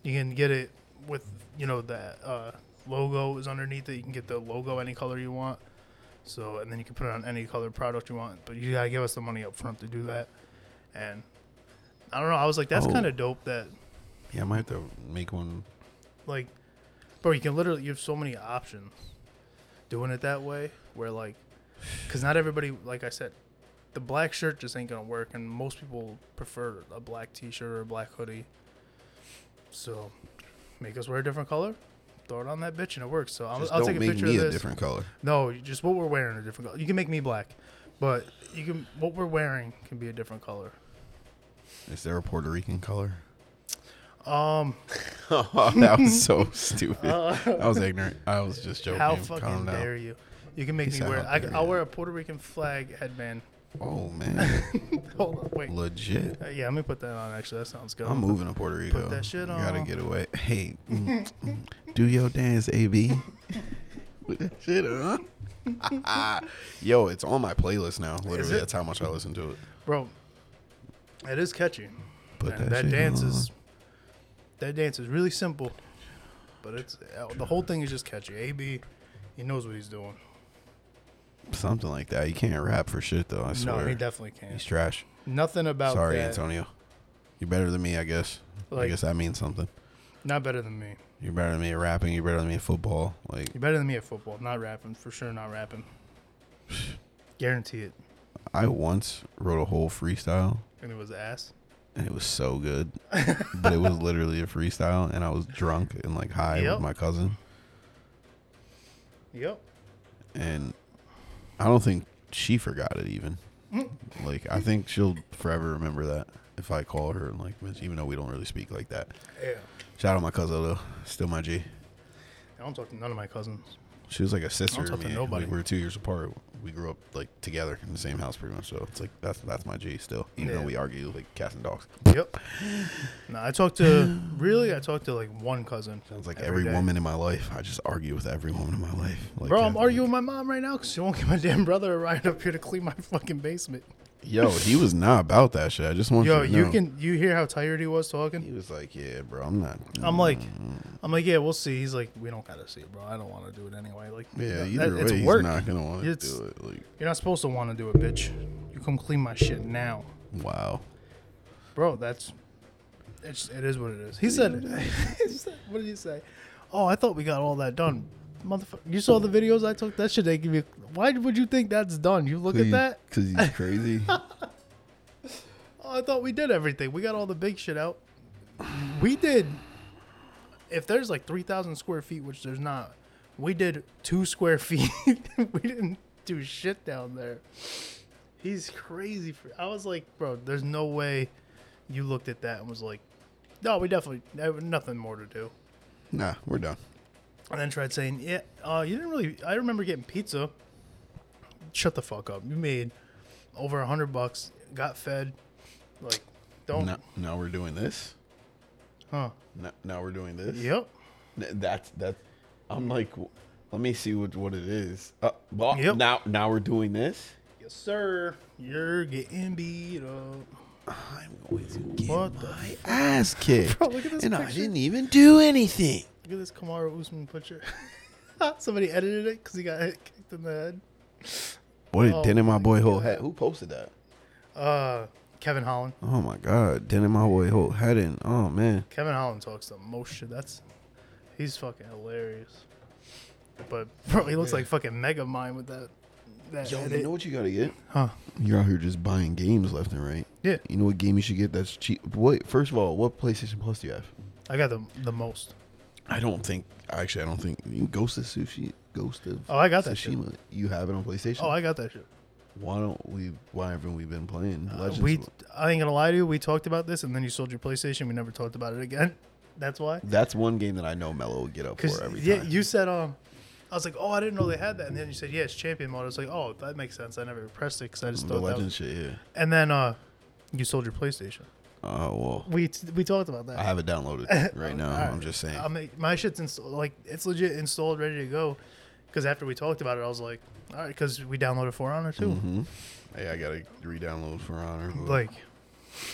You can get it with you know that uh, logo is underneath it. You can get the logo any color you want. So and then you can put it on any color product you want. But you gotta give us the money up front to do that. And I don't know. I was like, that's Oh. kind of dope. That Yeah, I might have to make one. like, bro, you can literally you have so many options doing it that way. Where like, because not everybody, like I said, the black shirt just ain't gonna work, and most people prefer a black T-shirt or a black hoodie. So, make us wear a different color. Throw it on that bitch and it works. So I'll, Just I'll don't take a make picture me of a this. different color. No, you- just what we're wearing a different color. You can make me black, but you can what we're wearing can be a different color. Is there a Puerto Rican color? Um, that was so stupid. I was ignorant. I was just joking. how Calm fucking down. dare you? You can make He me said, wear. "How I, dare I'll you." wear a Puerto Rican flag headband. Oh man, Hold on, wait. legit. Uh, yeah, let me put that on. Actually, that sounds good. I'm moving to Puerto Rico. that shit You gotta on. get away. Hey, mm, mm, do your dance, AB. Put that shit on. Yo, it's on my playlist now. Literally, it? that's how much I listen to it. bro. It is catchy. Put and that shit dance on. is that dance is really simple, but it's uh, the whole thing is just catchy. AB, he knows what he's doing. something like that. You can't rap for shit though. I swear. No, he definitely can. He's trash. Nothing about Sorry, that. Antonio. You're better than me, I guess. I Oh, Like- guess that means something. Not better than me. You're better than me at rapping. You're better than me at football. Like You're better than me at football. Not rapping for sure. Not rapping. Guarantee it. I once wrote a whole freestyle And it was ass. and it was so good, but it was literally a freestyle, and I was drunk and like high Yep. with my cousin, Yep. and I don't think she forgot it even. Mm. Like I think she'll forever remember that if I call her and like miss, even though we don't really speak like that. Yeah. Shout out my cousin though, still my G. I don't talk to none of my cousins. She was like a sister to talk to me. nobody. Like, we were two years apart. We grew up like together in the same house, pretty much. So it's like that's that's my G still, even Yeah. though we argue like cats and dogs. Yep. No, I talked to really. I talked to like one cousin. Sounds like every, day. woman in my life. I just argue with every woman in my life. Like, Bro, I'm that- arguing with my mom right now because she won't get my damn brother a ride up here to clean my fucking basement. Yo, he was not about that shit. I just want Yo, you to you know. can you hear how tired he was He talking? was like, "Yeah, bro, I'm not." I'm like, I'm like, yeah, we'll see. He's like, we don't gotta see, bro. I don't want to do it anyway. Like, yeah, that- either way, it's he's work. not gonna want to It's- do it. Like, You're not supposed to want to do it, bitch. You come clean my shit now, wow. bro. That's it's it is what it is. He said, he said- what did you say? Oh, I thought we got all that done. Motherfucker, you saw the videos I took. That shit, they give you. Why would you think that's done? You look at that. because he's crazy. Oh, I thought we did everything. We got all the big shit out. We did. If there's like three thousand square feet, which there's not, we did two square feet. we didn't do shit down there. He's crazy for. I was like, bro, there's no way you looked at that and was like, no, we definitely have nothing more to do. Nah, we're done. And then tried saying, yeah, uh, you didn't really. I remember getting pizza. Shut the fuck up. You made over a hundred bucks. Got fed. Like, don't. Now, now we're doing this. Huh. Now, now we're doing this. Yep. Th- That's that's. I'm like, w- let me see what what it is. Uh, well, Yep. now now we're doing this. Yes, sir. You're getting beat up. I'm going to get What the my ass kicked, Bro, look at this and I picture. didn't even do anything. Look at this Kamara Usman picture. Somebody edited it because he got hit, kicked in the head. What did Oh dent in my boy whole head? Who posted that? Uh, Kevin Holland. Oh my god, dent in my boy whole head in. Oh man, Kevin Holland talks the most shit. That's he's fucking hilarious. But bro, he looks like fucking Mega Mind with that. that yo, edit. you know what you gotta get? huh? You're out here just buying games left and right. Yeah, You know what game you should get that's cheap? What? First of all, what PlayStation Plus do you have? I got the the most. I don't think. Actually, I don't think you Ghost of Sushi. Ghost of. Oh, I got that shit. Tsushima. You have it on PlayStation. Oh, I got that shit. why don't we? Why haven't we been playing Legends? Uh, We, I ain't gonna lie to you. We talked about this, and then you sold your PlayStation. We never talked about it again. That's why. that's one game that I know Mello would get up Cause for every yeah, time. you said um, I was like, oh, I didn't know they had that, and then you said, yeah, it's champion mode. I was like, oh, that makes sense. I never pressed it because I just the thought that. Legends Was... shit. Yeah. And then uh, you sold your PlayStation. Oh well, We t- we talked about that. I have it downloaded right now. I'm just saying. I mean, my shit's installed. Like it's legit installed, ready to go. Because after we talked about it, I was like, all right, because we downloaded For Honor too. Mm-hmm. hey, I gotta re-download for honor. but- Like,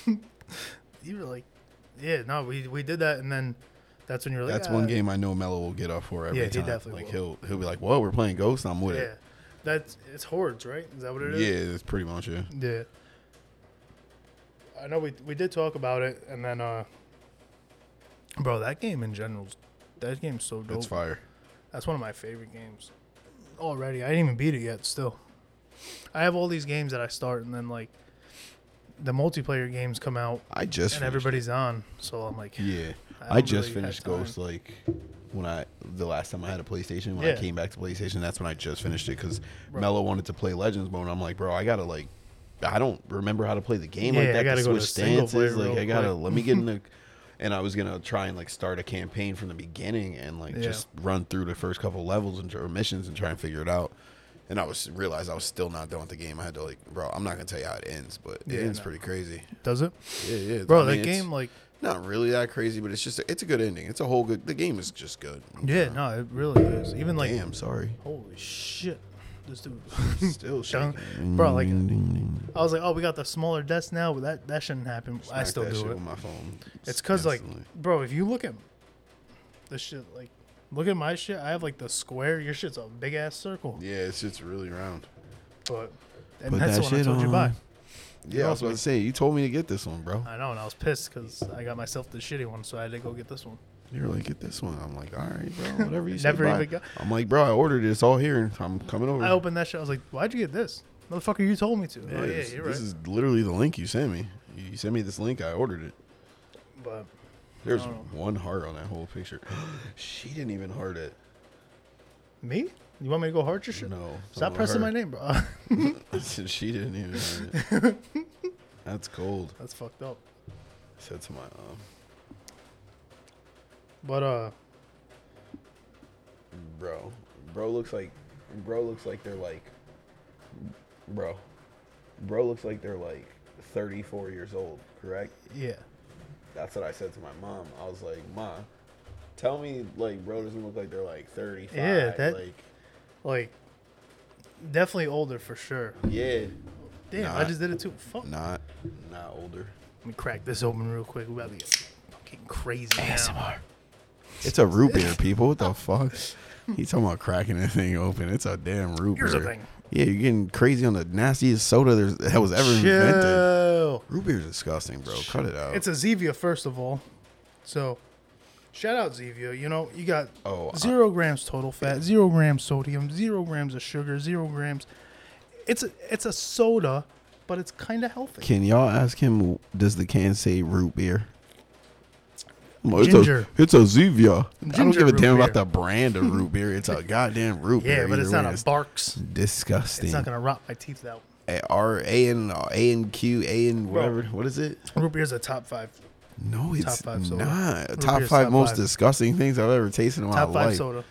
you were like, yeah, no, we we did that, and then that's when you were like, that's one "Ah, game I know Mello will get up for every Yeah, he time. definitely like will. he'll he'll be like, "Well, we're playing Ghost. I'm with Yeah, that's it's hordes, right? Is that what it it." is? Yeah, that's pretty much it. Yeah. I know we we did talk about it, and then uh, bro, that game in general's that game's so dope. It's fire. That's one of my favorite games already. I didn't even beat it yet. Still, I have all these games that I start, and then like the multiplayer games come out, I just and finished it. everybody's on. So I'm like, Yeah, I I, don't just really have finished time. Ghost like when I the last time I had a PlayStation. When I Yeah. came back to PlayStation, that's when I just finished it because Right. Mello wanted to play Legends mode. and I'm like, bro, I gotta like, I don't remember how to play the game Yeah, I like that. gotta to go to switch single player stances, like real I gotta quick. let me get in the. And I was gonna try and like start a campaign from the beginning and like Yeah. just run through the first couple levels and or missions and try and figure it out. And I was realized I was still not done with the game. I had to like, bro, I'm not gonna tell you how it ends, but Yeah, it ends no. pretty crazy. does it, Yeah, yeah, I bro? mean, that it's- game, like, not really that crazy, but it's just it's a good ending. It's a whole good. The game is just good. yeah, no, it really is. Even like, Damn, sorry. holy shit, this dude, Still Dunk. shaking. bro, like. I was like, oh, we got the smaller desk now. but That that shouldn't happen. I Smack still that shit do it. with my phone. It's because like, constantly. bro, if you look at the shit, like, look at my shit. I have like the square. Your shit's a big ass circle. yeah, it's just really round. But and Put that's that the one I shit told you buy. on. Yeah, I was about to say you told me to get this one, bro. I know, and I was pissed because I got myself the shitty one, so I had to go get this one. You were like, get this one. I'm like, all right, bro, whatever you say. Never bye." even got- I'm like, bro, I ordered it. It's all here. I'm coming over. I opened that shit. I was like, why'd you get this, motherfucker? You told me to. Yeah, oh yeah, this, you're this right. is literally the link you sent me. You you sent me this link. I ordered it. But There's I don't one heart on that whole picture. she didn't even heart it. me? You want me to go hard your shit? No. Stop someone pressing my heard. name, bro. she didn't even. hear it. That's cold. that's fucked up. Said to my um, But uh, bro. Bro looks like, bro looks like they're like, bro, bro looks like they're like 34 years old. Correct? yeah. That's what I said to my mom. I was like, ma, tell me like bro doesn't look like they're like 35. Yeah, that- like Like, definitely older for sure. yeah, Damn, I Nah. just did it too. Fuck. not not older. Let me crack this open real quick. We about to get fucking crazy now. It's a root beer, people. What the fuck? He's talking about cracking that thing open. It's a damn root Here's the beer. thing. Yeah, you're getting crazy on the nastiest soda there's, that was ever invented. Oh. Chill. Root beer's disgusting, bro. Cut it out. It's a Zevia, first of all. So, shout out Zevia. You know, you got Oh, I- zero grams total fat, zero grams sodium, zero grams of sugar, zero grams. It's a, it's a soda, but it's kind of healthy. Can y'all ask him? Does the can say root beer? Well, Ginger. It's a, it's a Zevia. I don't Ginger give a root damn about beer. the brand of root beer. It's a goddamn root beer. Yeah, but Either it's not way, a Barks. disgusting. It's not going to rot my teeth out. A- R A and A and Q A and whatever. What is it? Root beer's a top five. No, it's five soda. not. Root Top beer's five top most five. disgusting things I've ever tasted in my Top five life. soda.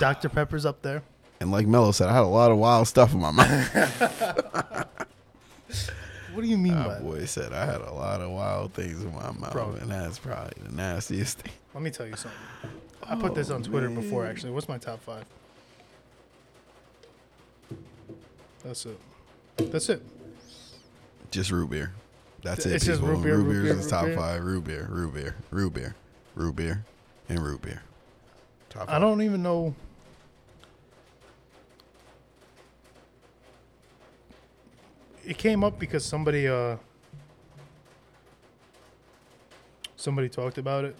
Dr. Pepper's up there. And like Mello said, I had a lot of wild stuff in my mouth. What do you mean by my Ah, boy said I had a lot of wild things in my mouth, Bro. and that's probably the nastiest thing. Let me tell you something. I put this on Twitter before actually. What's my top five? That's it. That's it. Just root beer. That's it. It's people. just root beer, root beer's beer, in root top beer. five. Root beer, root beer, root beer, root beer, and root beer. Top I don't even know. It came up because somebody uh somebody talked about it.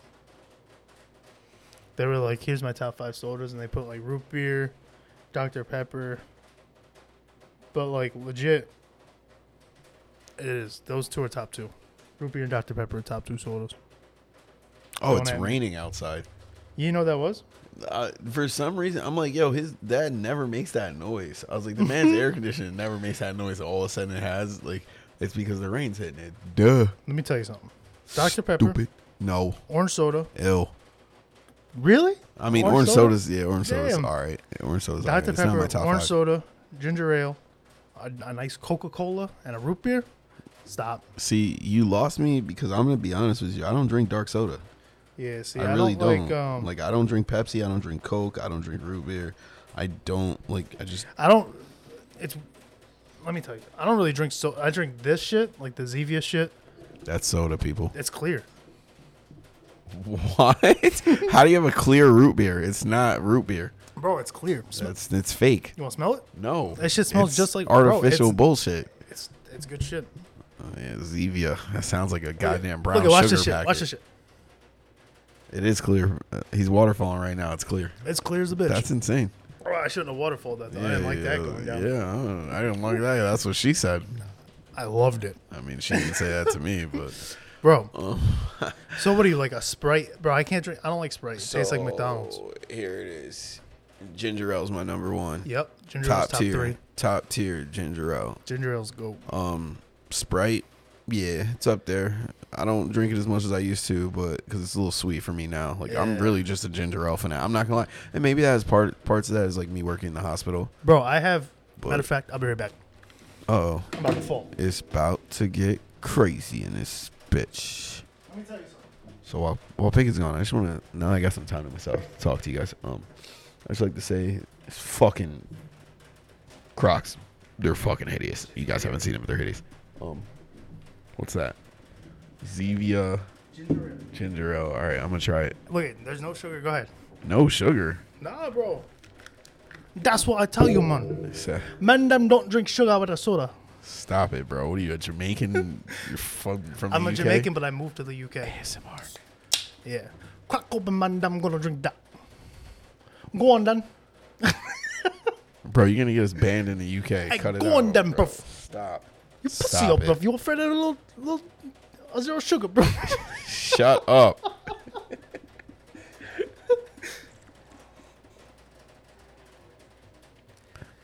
They were like, "Here's my top five sodas," and they put like root beer, Dr Pepper. But like legit, it is those two are top two. Root beer and Dr Pepper are top two sodas. Oh, Don't it's at me. raining outside. You know what that was? Uh, for some reason, I'm like, yo, his dad never makes that noise. I was like, the man's air conditioner never makes that noise. All of a sudden, it has like, it's because the rain's hitting it. Duh. Let me tell you something. Dr Pepper, Stupid. No. orange soda, Ill. Really? I mean, orange, Orange soda? sodas. Yeah, orange sodas. Damn. All right. Yeah, orange sodas. all right. Dr. It's not Pepper, my orange top five. soda, ginger ale, a, a nice Coca Cola, and a root beer. Stop. See, you lost me because I'm gonna be honest with you. I don't drink dark soda. Yeah, see, I I, really don't, don't. like. Um, like, I don't drink Pepsi. I don't drink Coke. I don't drink root beer. I don't like. I just I don't. It's. Let me tell you, I don't really drink so. I drink this shit, like the Zevia shit. that's soda, people. It's clear. What? How do you have a clear root beer? It's not root beer. Bro, it's clear. Sm- That's it's fake. you want to smell it? No, That shit smells just like- bro, artificial it's- bullshit. It's it's good shit. Oh, yeah, Zevia. That sounds like a goddamn brown Look, at- watch sugar this shit. packet. Watch this shit. It is clear. Uh, he's waterfalling right now. It's clear. It's clear as a bitch. That's insane. oh, I shouldn't have waterfalled that. Though. I didn't like that going down. Yeah, I, don't- I didn't like that. That's what she said. I loved it, I mean, she didn't say that to me, but bro. Um, so what do you like? A Sprite, bro? I can't drink. I don't like Sprite. It tastes like McDonald's. Oh, Here it is. Ginger ale's my number one. Yep. Ginger ale's Top, top tier. three. Top tier ginger ale. Ginger ale's go. Um, Sprite, yeah, it's up there. I don't drink it as much as I used to, but because it's a little sweet for me now. Like I'm Yeah. really just a ginger ale fan. I'm not gonna lie, and maybe that is part parts of that is like me working in the hospital. Bro, I have. But- matter of fact, I'll be right back. Oh, I'm about to fall. it's about to get crazy in this bitch. Let me tell you something. So while while Pink is gone, I just want to now I got some time to myself to talk to you guys. Um, I just like to say, it's fucking Crocs. They're fucking hideous. You guys haven't seen them, but they're hideous. Um, what's that? Zevia Ginger ale. ginger ale. All right, I'm gonna try it. Look, it, there's no sugar. Go ahead. No sugar. Nah, bro. That's what I tell you, man. It's, uh, Men them don't drink sugar with a soda. Stop it, bro. What are you, a Jamaican? You're from, from I'm the a UK? Jamaican, but I moved to the UK. ASMR. Yeah. Crack open, man. I'm gonna drink that. Go on, then. Bro, you're gonna get us banned in the UK. Hey, Cut it go on out, then, bro. bruv. Stop. You pussy Stop up, it. bruv. You're afraid of a little, little a zero sugar, bro. Shut up.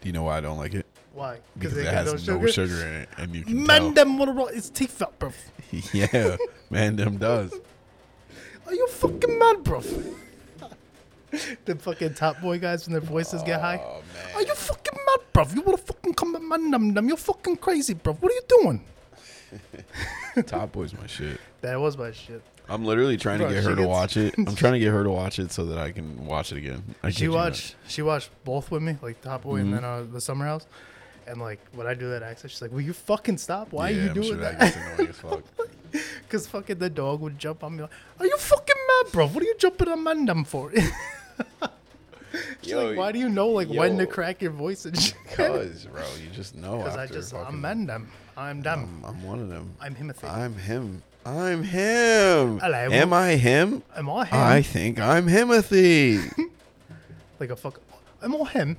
Do you know why I don't like it? Why? Because they it got has no no sugar. sugar. in it, and you can Man, tell. them wanna roll his teeth out, bro. yeah, Mandem does. Are you fucking mad, bro? the fucking top boy guys when their voices get high. Oh Are man, you fucking mad, bro? You wanna fucking come at my num num? You're fucking crazy, bro. What are you doing? Top Boy's my shit. That was my shit. I'm literally trying Bro, to get her she to gets- watch it. I'm trying to get her to watch it so that I can watch it again. I kid She you Mm-hmm. not. watched. She watched both with me, like Top Boy and then uh, the Summer House. And like when I do that accent, she's like, "Will you fucking stop? Why Yeah, are you I'm doing sure that?" gets annoying as fuck. Because fucking the dog would jump on me. Like, are you fucking mad, bro? What are you jumping on my num for? She's Yo, like, why do you know like when to Oh, yo. crack your voice and shit? Cause, bro, you just know. Because I after just fucking- I'm man them. I'm them. I'm one of them. I'm him a thing. I'm him. I'm him. Hello. Am I him? Am I him? I think I'm Himothy. Like a fuck. Am I him?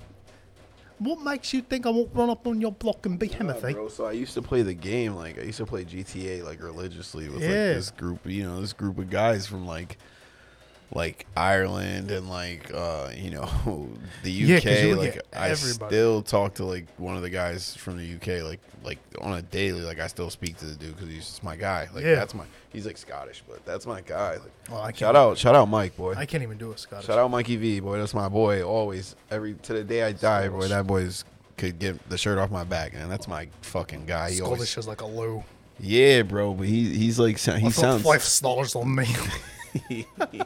What makes you think I won't run up on your block and be him a thing? Bro, so I used to play the game like I used to play GTA like religiously with like Yeah. this group, you know, this group of guys from like like Ireland and like uh, you know the Yeah, 'cause UK. you look like at I everybody. still talk to like one of the guys from the UK. Like like on a daily. Like I still speak to the dude because he's my guy. Like Yeah. that's my. He's like Scottish, but that's my guy. Like Well, I shout can't. out shout out Mike boy. I can't even do a Scottish. Shout out Mikey V, boy. That's my boy. Always, every to the day I die, boy. That boy's could get the shirt off my back, man. That's my fucking guy. He always- Scottish is like a low. yeah, bro. But he he's like so- he I thought sounds. five stars on me.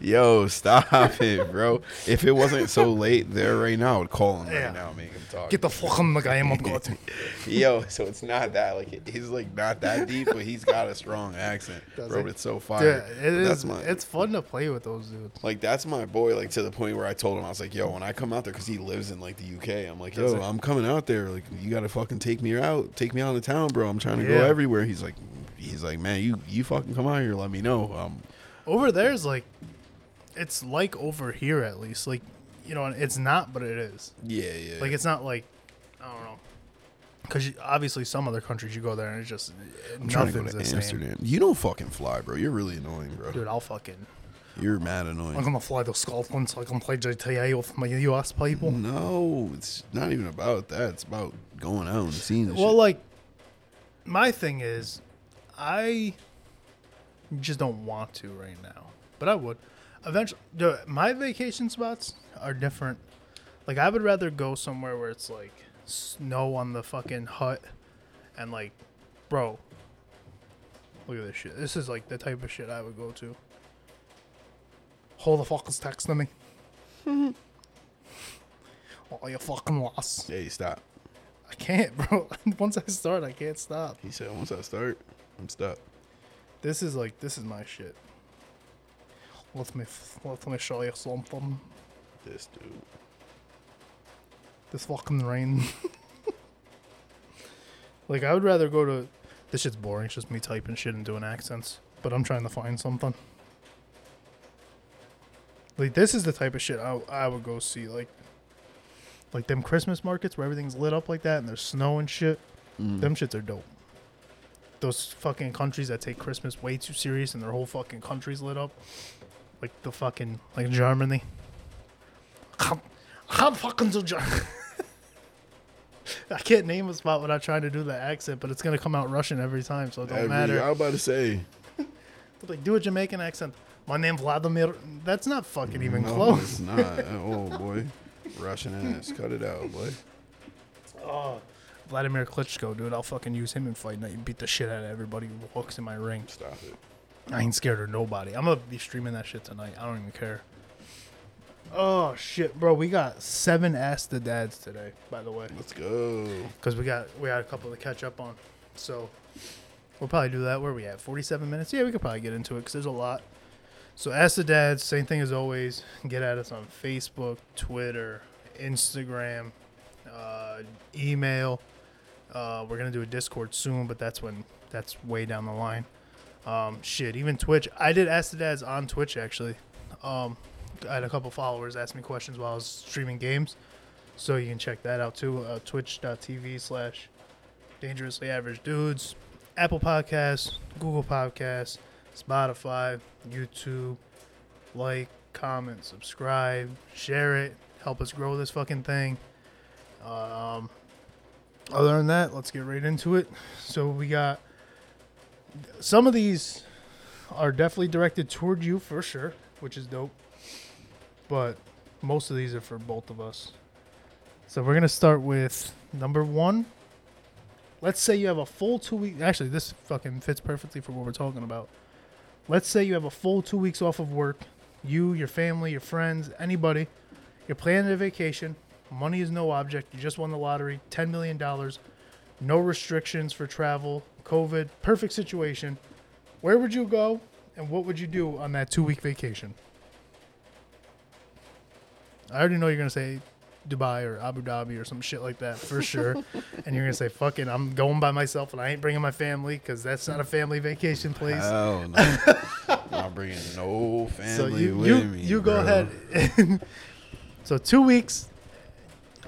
Yo, stop it, bro. If it wasn't so late there right now, I would call him Yeah. right now, and make him talk. Get the fuck on the guy I'm got. Yo, so it's not that like he's like not that deep, but he's got a strong accent, Does bro. he? But it's so fire. Yeah, it But is. It's fun to play with those dudes. Like that's my boy. Like to the point where I told him I was like, "Yo, when I come out there, because he lives in like the UK, I'm like, Does yo, it? I'm coming out there. Like you gotta fucking take me out, take me out of town, bro. I'm trying to go Yeah. everywhere." He's like, "He's like, man, you you fucking come out here, let me know." Um, Over there is like, it's like over here at least. Like, you know, it's not, but it is. yeah, yeah. Like, it's not like, I don't know. Because obviously, some other countries you go there and it's just I'm trying to go nothing's to the same. Amsterdam. You don't fucking fly, bro. You're really annoying, bro. Dude, I'll fucking. You're mad I'm annoying. gonna fly to Scotland so I can play GTA with my US people. Mm-hmm. No, it's not even about that. It's about going out and seeing. The Well, shit. like, my thing is, I just don't want to right now, but I would. Eventually, the, my vacation spots are different. Like, I would rather go somewhere where it's like snow on the fucking hut and like, bro, look at this shit. This is like the type of shit I would go to. Who the fuck is texting me? oh, you fucking lost. hey, stop. I can't, bro. Once I start, I can't stop. He said, "Once I start, I'm stuck." This is like, this is my shit. Let me, let me show you something. This dude. This fucking rain. like, I would rather go to. This shit's boring. It's just me typing shit and doing accents. But I'm trying to find something. Like, this is the type of shit I, I would go see. Like, like them Christmas markets where everything's lit up like that and there's snow and shit. Mm. Them shits are dope. Those fucking countries that take Christmas way too serious and their whole fucking country's lit up. Like the fucking, like Germany. Come, come fucking to Germany. I can't name a spot without trying to do the accent, but it's gonna come out Russian every time, so it don't Every- matter. I'm about to say. Like, do a Jamaican accent. My name Vladimir. That's not fucking even No, close. it's not. Oh boy, Russian ass. Cut it out, boy. Vladimir Klitschko, dude. I'll fucking use him in fight night and beat the shit out of everybody who walks in my ring. Stop it. I ain't scared of nobody. I'm gonna be streaming that shit tonight. I don't even care. Oh shit, bro. We got seven Ask the Dads today, by the way, Let's go. because we got we got a couple to catch up on. So we'll probably do that. Where we at? 47 minutes. Yeah, we could probably get into it because there's a lot. So Ask the Dads, same thing as always. Get at us on Facebook, Twitter, Instagram, uh, email. Uh, we're gonna do a Discord soon, but that's when that's way down the line. Um, shit, even Twitch. I did Ask the Dads on Twitch actually. Um, I had a couple followers ask me questions while I was streaming games, so you can check that out too. Uh, Twitch.tv/slash Dangerously Average Dudes, Apple Podcasts, Google Podcasts, Spotify, YouTube. Like, comment, subscribe, share it. Help us grow this fucking thing. Um, other than that, let's get right into it. So we got some of these are definitely directed toward you for sure, which is dope. But most of these are for both of us. So we're gonna start with number one. Let's say you have a full two week. Actually, this fucking fits perfectly for what we're talking about. Let's say you have a full two weeks off of work. You, your family, your friends, anybody. You're planning a vacation. Money is no object. You just won the lottery, ten million dollars. No restrictions for travel. COVID. Perfect situation. Where would you go, and what would you do on that two week vacation? I already know you're gonna say Dubai or Abu Dhabi or some shit like that for sure, and you're gonna say "fucking," I'm going by myself and I ain't bringing my family because that's not a family vacation place. Oh no. Not bringing no family so you with you, me. you go bro. ahead. so two weeks.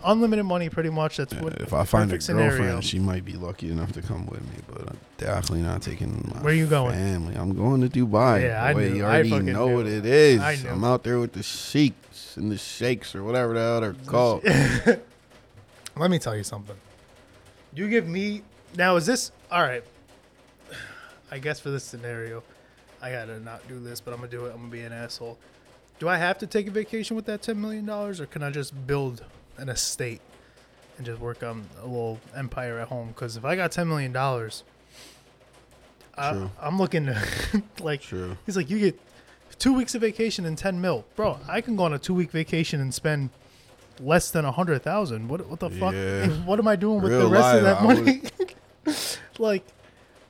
unlimited money, pretty much. That's what. If I find a perfect girlfriend, scenario. she might be lucky enough to come with me, but I'm definitely not taking my Where you going? family. I'm going to Dubai. Yeah, I Boy, knew- You I already fucking know knew. what it is. I knew. I'm out there with the sheiks and the sheiks or whatever the hell they're called. Let me tell you something. You give me now. Is this all right? I guess for this scenario, I gotta not do this, but I'm gonna do it. I'm gonna be an asshole. Do I have to take a vacation with that ten million dollars, or can I just build an estate and just work on a little empire at home? Because if I got ten million dollars, I, True. I'm looking to like. True. He's like, you get two weeks of vacation and ten mil, bro. I can go on a two week vacation and spend less than a hundred thousand. What what the fuck? Yeah. What am I doing with Real the rest of life, that I money? like,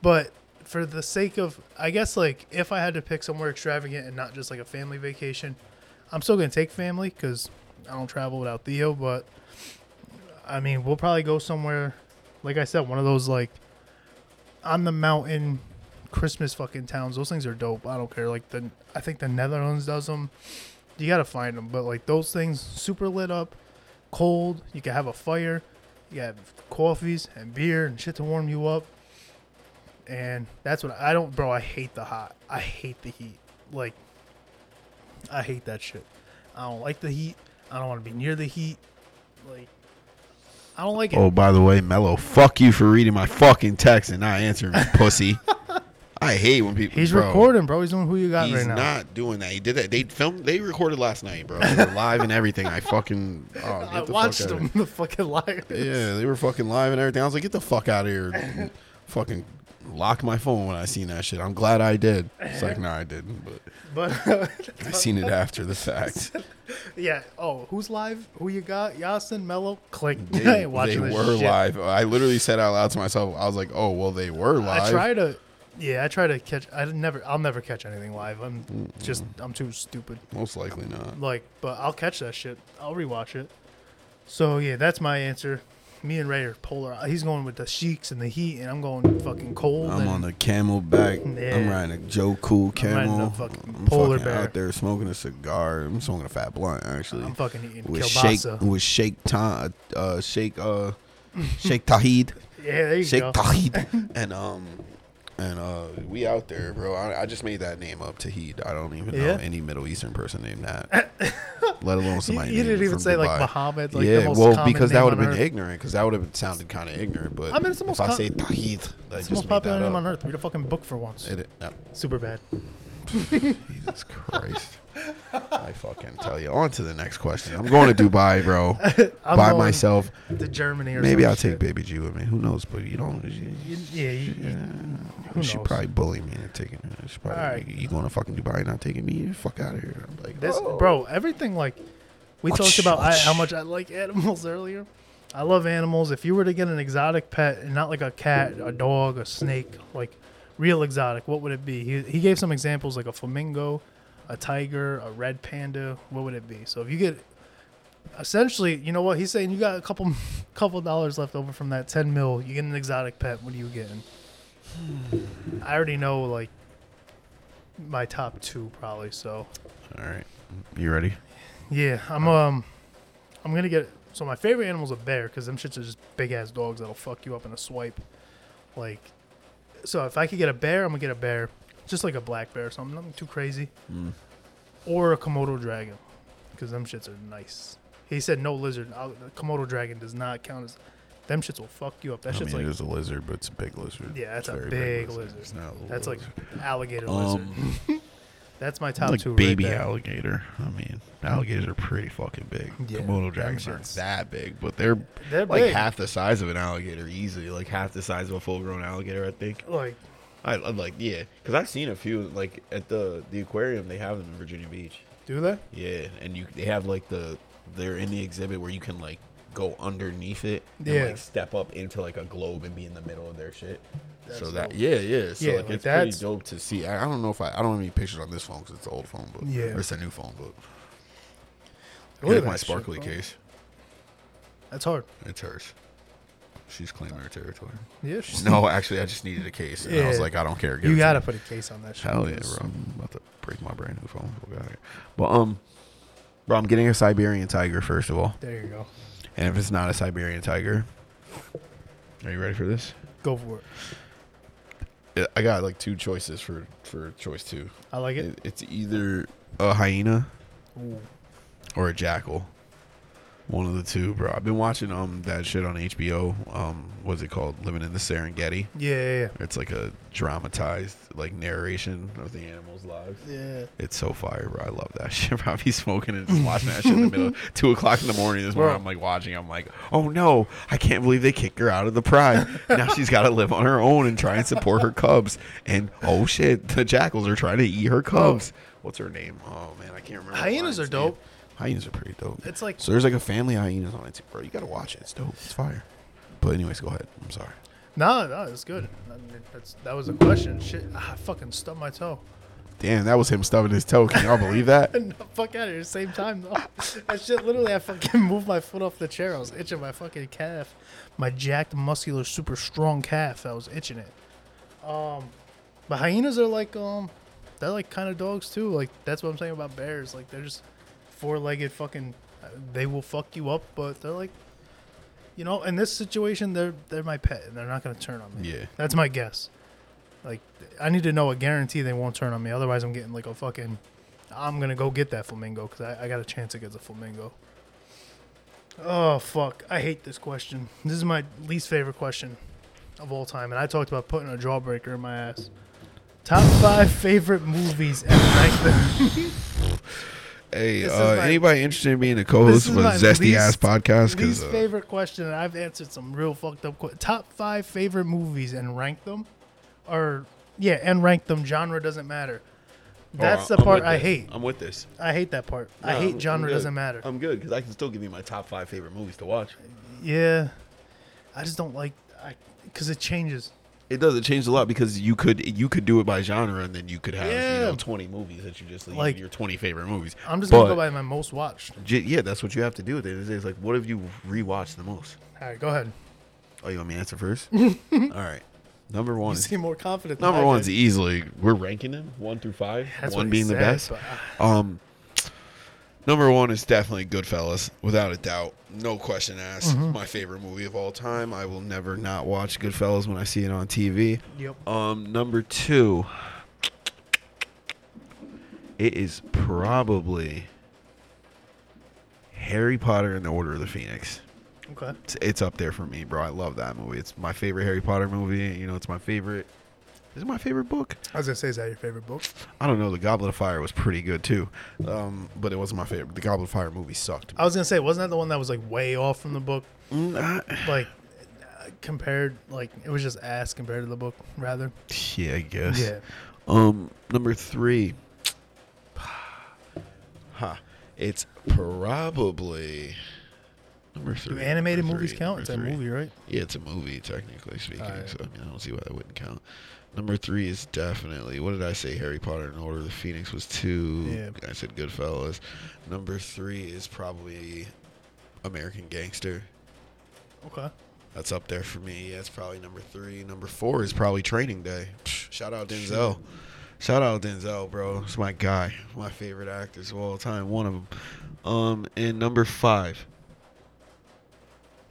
but for the sake of, I guess like if I had to pick somewhere extravagant and not just like a family vacation, I'm still gonna take family because I don't travel without Theo. But I mean, we'll probably go somewhere. Like I said, one of those like on the mountain Christmas fucking towns. Those things are dope. I don't care. Like the, I think the Netherlands does them. You gotta find them, but like those things, super lit up, cold. You can have a fire. You have coffees and beer and shit to warm you up. And that's what I don't, bro. I hate the hot. I hate the heat. Like, I hate that shit. I don't like the heat. I don't want to be near the heat. Like, I don't like it. Oh, by the way, Mello, fuck you for reading my fucking text and not answering me, pussy. I hate when people. He's bro, recording, bro. He's doing who you got He's right now. not doing that. He did that. They filmed. They recorded last night, bro. They were live and everything. I fucking. Oh, get I the fuck watched outta him. The fucking liar. Yeah, they were fucking live and everything. I was like, get the fuck out of here. fucking lock my phone when I seen that shit. I'm glad I did. It's like, nah, I didn't, but But uh, I seen it after the fact. yeah. Oh, who's live? Who you got? Yasin, Mello, Click. They, I ain't watching they this were shit. live. I literally said out loud to myself, I was like, oh, well, they were live. I try to. Yeah, I try to catch. I never. I'll never catch anything live. I'm just. I'm too stupid. Most likely not. Like, but I'll catch that shit. I'll rewatch it. So yeah, that's my answer. Me and Ray are polar. uh, He's going with the sheiks and the heat, and I'm going fucking cold. I'm and on the camel back. I'm Yeah. riding a Joe Cool I'm riding a camel. fucking I'm polar fucking bear. out there smoking a cigar. I'm smoking a fat blunt, actually. I'm fucking eating with kielbasa. Shake, with Shake, ta, uh, Shake, uh, Shake Tahid. Yeah, there you Shake go. Tahid. and um and uh we out there, bro. I, I just made that name up, Tahid. I don't even Yeah? know any Middle Eastern person named that. let alone You, somebody. you named didn't even from say like Dubai. Muhammad. Like, yeah, the most well, common because that name would have on been Earth. ignorant, because that would have sounded kind of ignorant. But I mean, it's the if most I com- say Tahid, I It's just the most made popular that name up. on earth. Read a fucking book for once. It, no, Super bad. Jesus Christ. I fucking tell you. On to the next question. I'm going to Dubai, bro. I'm by going myself. to Germany or Maybe some I'll shit. take Baby G with me. Who knows? But you don't. you- You- yeah, you, you- who she knows? probably bullied me into taking her. She probably, Alright. you going to fucking Dubai and not taking me? Get the fuck out of here. I'm like, This, oh. bro, everything like we talked about I, how much I like animals earlier. I love animals. If you were to get an exotic pet and not like a cat, a dog, a snake, like real exotic, what would it be? He, he gave some examples like a flamingo, a tiger, a red panda. What would it be? So if you get essentially, you know what he's saying, you got a couple couple dollars left over from that 10 mil, you get an exotic pet, what are you getting? I already know like my top 2 probably, so All right. You ready? yeah, I'm um, I'm gonna get. So my favorite animal's a bear because them shits are just big ass dogs that'll fuck you up in a swipe. Like, so if I could get a bear, I'm gonna get a bear, just like a black bear or something, nothing too crazy, Mm. or a komodo dragon, because them shits are nice. He said no lizard. I'll, the komodo dragon does not count as. Them shits will fuck you up. That I shit's mean, like it is a lizard, but it's a big lizard. yeah, that's It's a very big, lizard. It's not a little That's like lizard. alligator lizard. Um, That's my it's top like two. right baby there. alligator. I mean, alligators are pretty fucking big. Yeah, Komodo them dragons aren't shits. that big, but they're, They're like big. half the size of an alligator easily. Like half the size of a full-grown alligator, I think. Like I, I'm like, yeah, because I've seen a few like at the the aquarium they have them in Virginia Beach. do they? Yeah, and you they have like the they're in the exhibit where you can like go underneath it and Yeah. like step up into like a globe and be in the middle of their shit. so That's that dope. yeah yeah so Yeah, like, like, it's that's- pretty dope to see. I, I don't know if I I don't have any pictures on this phone because it's an old phone book. Yeah. or it's a new phone book. Look at Here's my that shit, sparkly bro. case. That's hard. It's hers. She's claiming her territory. Yeah. she's- No, actually, I just needed a case, and I was Yeah. like, I don't care. give it You to gotta me. put a case on that shit. Hell yeah, bro. I'm about to break my brand new phone. But um, bro, I'm getting a Siberian tiger first of all. There you go. And if it's not a Siberian tiger, are you ready for this? Go for it. Yeah, I got like two choices for for choice two. I like it. It, it's either a hyena Ooh. or a jackal. One of the two, bro. I've been watching um that shit on HBO. Um, what's it called? Living in the Serengeti. Yeah, yeah, It's like a dramatized like narration of the animals' lives. yeah. Yeah. It's so fire, bro. I love that shit, bro. I be smoking and just watching that shit in the middle, two o'clock in the morning. This morning, Bro. I'm like watching. I'm like, oh no, I can't believe they kicked her out of the pride. now she's got to live on her own and try and support her cubs. And oh shit, the jackals are trying to eat her cubs. What's her name? Oh man, I can't remember. the Hyenas lion's are dope. name. Hyenas are pretty dope. It's like- so. There's like a family of hyenas on it, too, bro. You gotta watch it. It's dope. It's fire. But anyways, go ahead. I'm sorry. No, no, it's good. I mean, that's, that was a question. Shit, ah, I fucking stubbed my toe. Damn, that was him stubbing his toe. Can y'all believe that? And the fuck out of here at the same time though. that shit literally I fucking moved my foot off the chair. I was itching my fucking calf. My jacked muscular super strong calf. I was itching it. Um but hyenas are like um they're like kind of dogs too. Like that's what I'm saying about bears. Like they're just four legged fucking they will fuck you up, but they're like you know, in this situation they're they're my pet and they're not gonna turn on me. Yeah. That's my guess. Like, I need to know a guarantee they won't turn on me. Otherwise, I'm getting like a fucking. I'm gonna go get that flamingo because I, I got a chance against a flamingo. Oh fuck! I hate this question. This is my least favorite question of all time, and I talked about putting a jawbreaker in my ass. Top five favorite movies and rank Oh, them. Hey, This is uh, my- anybody interested in being a co-host This is of a my zesty ass least- podcast? Because least uh, favorite question, and I've answered some real fucked up. Qu- top five favorite movies and rank them, or yeah, and rank them. Genre doesn't matter. That's the part I hate. Oh, I'm with this. I hate that part. I No, hate I'm- genre I'm good. doesn't matter. I'm good because I can still give you my top five favorite movies to watch. yeah, I just don't like I because it changes. It doesn't change a lot because you could you could do it by genre and then you could have you Yeah. know 20 movies that you just leave Like- your 20 favorite movies. I'm just But- gonna go by my most watched. J- yeah, that's what you have to do at the end of the day. It's like what have you rewatched the most? All right, go ahead. Oh, you want me to answer first? All right, number one. You is- seem more confident. than Number I one's did. easily we're ranking them one through five. That's what one he being the said, best. but, uh, Um, number one is definitely Goodfellas, without a doubt, no question asked. My favorite movie of all time. I will never not watch Goodfellas when I see it on TV. Yep. Um, number two, it is probably Harry Potter and the Order of the Phoenix Okay. it's, it's up there for me, bro. I love that movie. It's my favorite Harry Potter movie. You know, it's my favorite. Is it my favorite book? I was gonna say, is that your favorite book? I don't know. The Goblet of Fire was pretty good too, um, but it wasn't my favorite. The Goblet of Fire movie sucked. I was gonna say, wasn't that the one that was like way off from the book? Mm, I- Like uh, compared, like it was just ass compared to the book, rather. yeah, I guess. Yeah. Um, number three. Huh. It's probably number three. Do animated number movies three, count? number It's a three. movie, right? Yeah, it's a movie, technically speaking. Alright. So I mean, I don't see why that wouldn't count. Number three is definitely what did I say? Harry Potter and Order of the Phoenix was two. Yeah. I said Goodfellas. Number three is probably American Gangster. Okay. That's up there for me. That's probably number three. Number four is probably Training Day. Psh, Shout out Denzel. Shout out Denzel, bro. It's my guy. My favorite actors of all time. One of them. Um, and number five.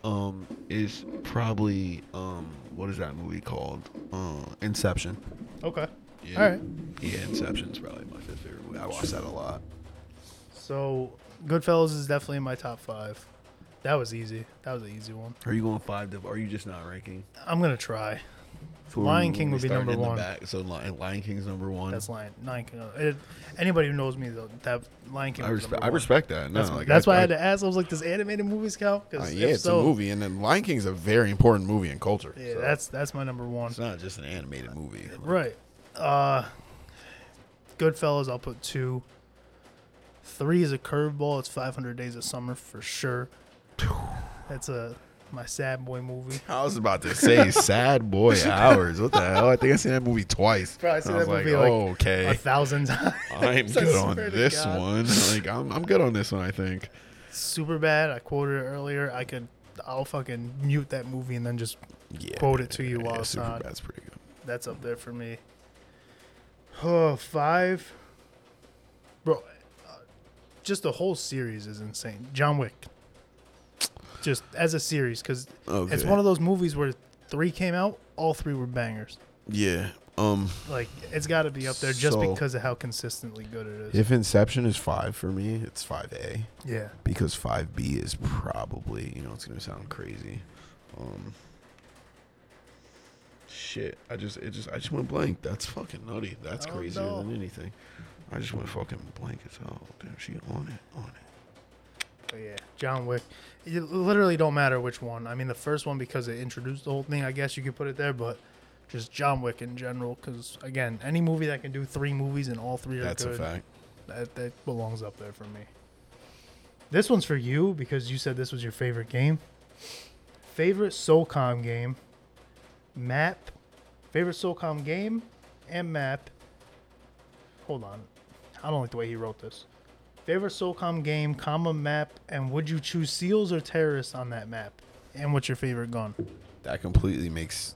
Um, is probably um, what is that movie called? Uh, Inception. Okay. Yeah. All right. Yeah, Inception's probably my fifth favorite movie. I watch that a lot. So, Goodfellas is definitely in my top five. That was easy. That was an easy one. Are you going five? To, are you just not ranking? I'm gonna try. So Lion we- King we would be starting number in the one. back. so Lion, Lion King's number one. That's Lion Lion King. It, anybody who knows me though, that Lion King. I was respect. number I one. respect that. No, That's, like, that's why I, had to ask. I was like, "Does animated movies count?" Uh, Because yeah, it's a movie, and then Lion King's a very important movie in culture. Yeah, so that's that's my number one. it's not just an animated movie. Like, Right. Uh, Goodfellas. I'll put two. Three is a curveball. It's 500 Days of Summer for sure. That's a my sad boy movie. I was about to say "Sad Boy Hours." What the hell? I think I seen that movie twice. Bro, I seen was that like, movie, like, A okay, thousand times. I'm good on swear to this God. one. Like, I'm I'm good on this one. I think. Super bad. I quoted it earlier. I could. I'll fucking mute that movie and then just. Yeah, Quote it to you while yeah, it's not. Superbad's pretty good. That's up there for me. Oh, five. Bro, uh, just the whole series is insane. John Wick. just as a series because it's Okay. one of those movies where three came out, all three were bangers. Yeah. Um, Like it's got to be up there just So- because of how consistently good it is. if Inception is five for me, it's five A Yeah, because five B is probably you know it's gonna sound crazy. Um, shit, I just it just I just went blank. That's fucking nutty. That's Oh, crazier no. than anything. I just went fucking blank as hell. Damn, she on it, on it. but yeah. John Wick. It literally don't matter which one. I mean, the first one because it introduced the whole thing. I guess you could put it there, but just John Wick in general. Because again, any movie that can do three movies and all three are That's good. a fact. That, that belongs up there for me. This one's for you because you said this was your favorite game. Favorite SOCOM game, map, favorite SOCOM game, and map. Hold on. I don't like the way he wrote this. Favorite SOCOM game, comma, map, and would you choose SEALs or terrorists on that map? And what's your favorite gun? That completely makes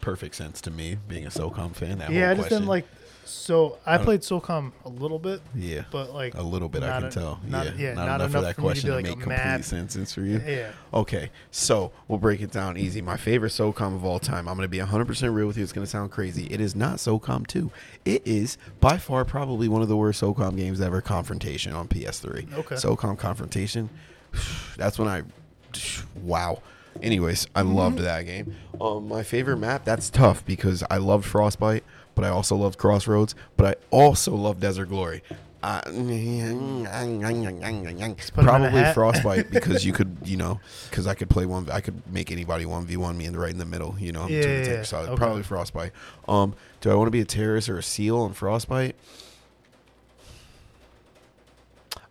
perfect sense to me, being a SOCOM fan. That yeah, whole I just question. didn't like. So I played SOCOM a little bit. Yeah. But like a little bit, I not can a- tell. Not, yeah, yeah, not, not enough, for that me to question be to, like make a complete map. sentence for you. Yeah. Okay, so we'll break it down easy. My favorite SOCOM of all time. I'm going to be 100% real with you. It's going to sound crazy. It is not SOCOM 2. It is by far probably one of the worst SOCOM games ever, Confrontation on PS3. Okay. SOCOM Confrontation. That's when I. Wow. Anyways, I loved that game. Um, my favorite map, that's tough because I loved Frostbite, but I also loved Crossroads, but I also loved Desert Glory. I, put 'em in a probably hat. Frostbite because you could, you know, because I could play one, I could make anybody 1v1 me in the right in the middle, you know, Yeah, between the yeah, tank yeah. side. Okay. Probably Frostbite. Um, do I want to be a terrorist or a seal on Frostbite?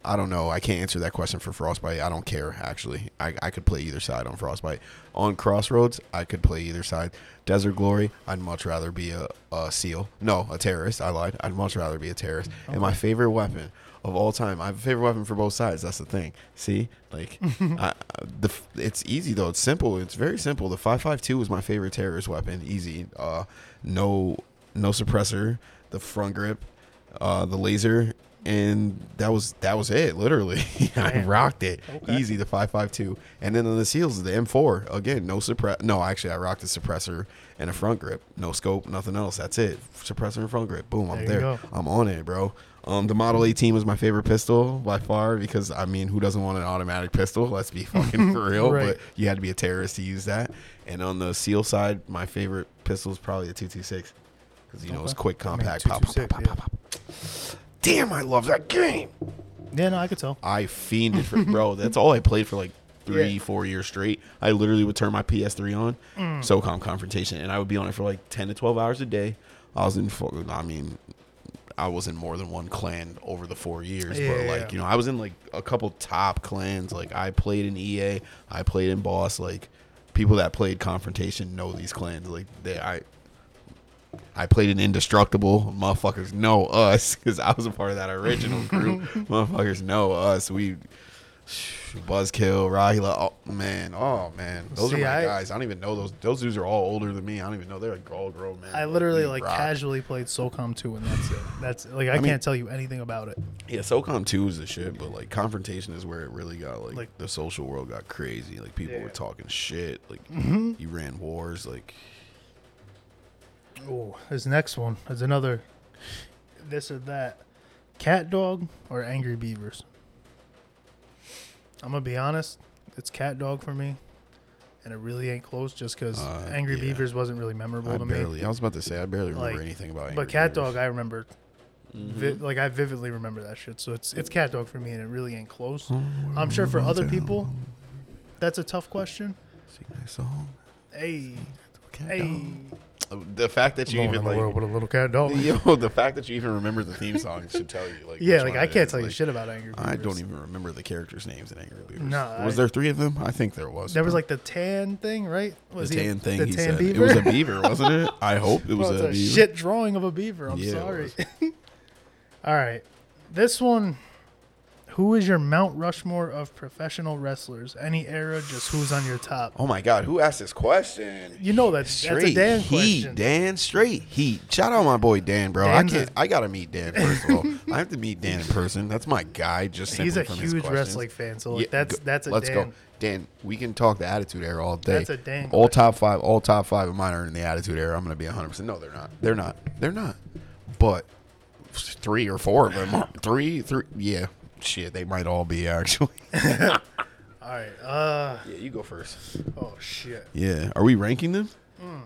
I don't know. I can't answer that question for Frostbite. I don't care actually. I, I could play either side on Frostbite. On Crossroads, I could play either side. Desert Glory, I'd much rather be a, a SEAL. No, a terrorist. I lied. I'd much rather be a terrorist. And my favorite weapon of all time, I have a favorite weapon for both sides. That's the thing. See, like, I, I- the f- it's easy though. It's simple. It's very simple. The five five two was my favorite terrorist weapon. Easy. Uh, no, no suppressor. The front grip uh, the laser, and that was that was it. Literally, I Damn. rocked it Okay. easy. The five five two, and then on the seals, the M four again. No suppress. No, actually, I rocked the suppressor and a front grip. No scope, nothing else. That's it. Suppressor and front grip. Boom, There I'm you there. go. I'm on it, bro. Um, the Model 18 was my favorite pistol by far because I mean, who doesn't want an automatic pistol? Let's be fucking for real. Right. But you had to be a terrorist to use that. And on the seal side, my favorite pistol is probably the 226 because you know it's Okay. quick, I mean, compact. pop, pop, 226, pop, pop, pop. Damn, I love that game. Yeah, no, I could tell. I fiended for bro. That's all I played for like three, Yeah. four years straight. I literally would turn my PS3 on, SOCOM confrontation, and I would be on it for like ten to twelve hours a day. I was in, fu- I mean, I was in more than one clan over the four years, but Yeah. like you know, I was in like a couple top clans. Like I played in EA, I played in Boss. Like people that played confrontation know these clans. Like they, I. I played in Indestructible. Motherfuckers know us because I was a part of that original group. Motherfuckers know us. We Buzzkill, Rahila. Oh man, oh man, those See, are my I- guys. I don't even know those. Those dudes are all older than me. I don't even know. They're like all grown men. I literally we like rock. casually played SOCOM 2 and that's it. That's like I, mean- can't tell you anything about it. Yeah, SOCOM two is the shit, but like confrontation is where it really got like, Like- the social world got crazy. Like people were talking shit. Like Mm-hmm. you ran wars. Like Oh, this next one is another this or that. Cat dog or angry beavers? I'm gonna be honest, it's cat dog for me. And it really ain't close just because Uh, Angry yeah. Beavers wasn't really memorable I to me. barely. I was about to say I barely remember Like, anything about. Angry But cat Beavers. dog, I remember, Mm-hmm. vi- like I vividly remember that shit. So it's it's cat dog for me, and it really ain't close. Oh, I'm sure for other people, that's a tough question. Sing that song. Hey, Cat hey, dog. The fact that you even like with a little cat dog. Yo, the fact that you even remember the theme song should tell you. Like, Yeah, which like one I it can't is. tell you Like, shit about Angry Beavers. I don't even remember the characters' names in Angry Beavers. No, was I- there three of them? I think there was. There was bro. like the tan thing, right? Was the he a- tan thing. The he tan said beaver. it was a beaver, wasn't it? I hope it was Well, it's a, a, beaver. shit drawing of a beaver. I'm Yeah, it sorry. was. All right, this one. Who is your Mount Rushmore of professional wrestlers? Any era, just who's on your top? Oh my God! Who asked this question? You know that that's a Straight Dan heat, question. Dan. Straight heat. Shout out my boy Dan, bro. Dan's I can't. a- I gotta meet Dan first of all. I have to meet Dan in person. That's my guy. Just He's simply a from his huge questions. wrestling fan, so like Yeah, that's go- that's a let's Dan. go. Dan, we can talk the attitude era all day. That's a dang All question. top five, all top five of mine are in the attitude era. I'm going to be 100%. No, they're not. They're not. They're not. But three or four of them. are- Three, three. Yeah. Shit, they might all be actually. All right. Uh. yeah, you go first. Oh shit. Yeah. Are we ranking them? Mm.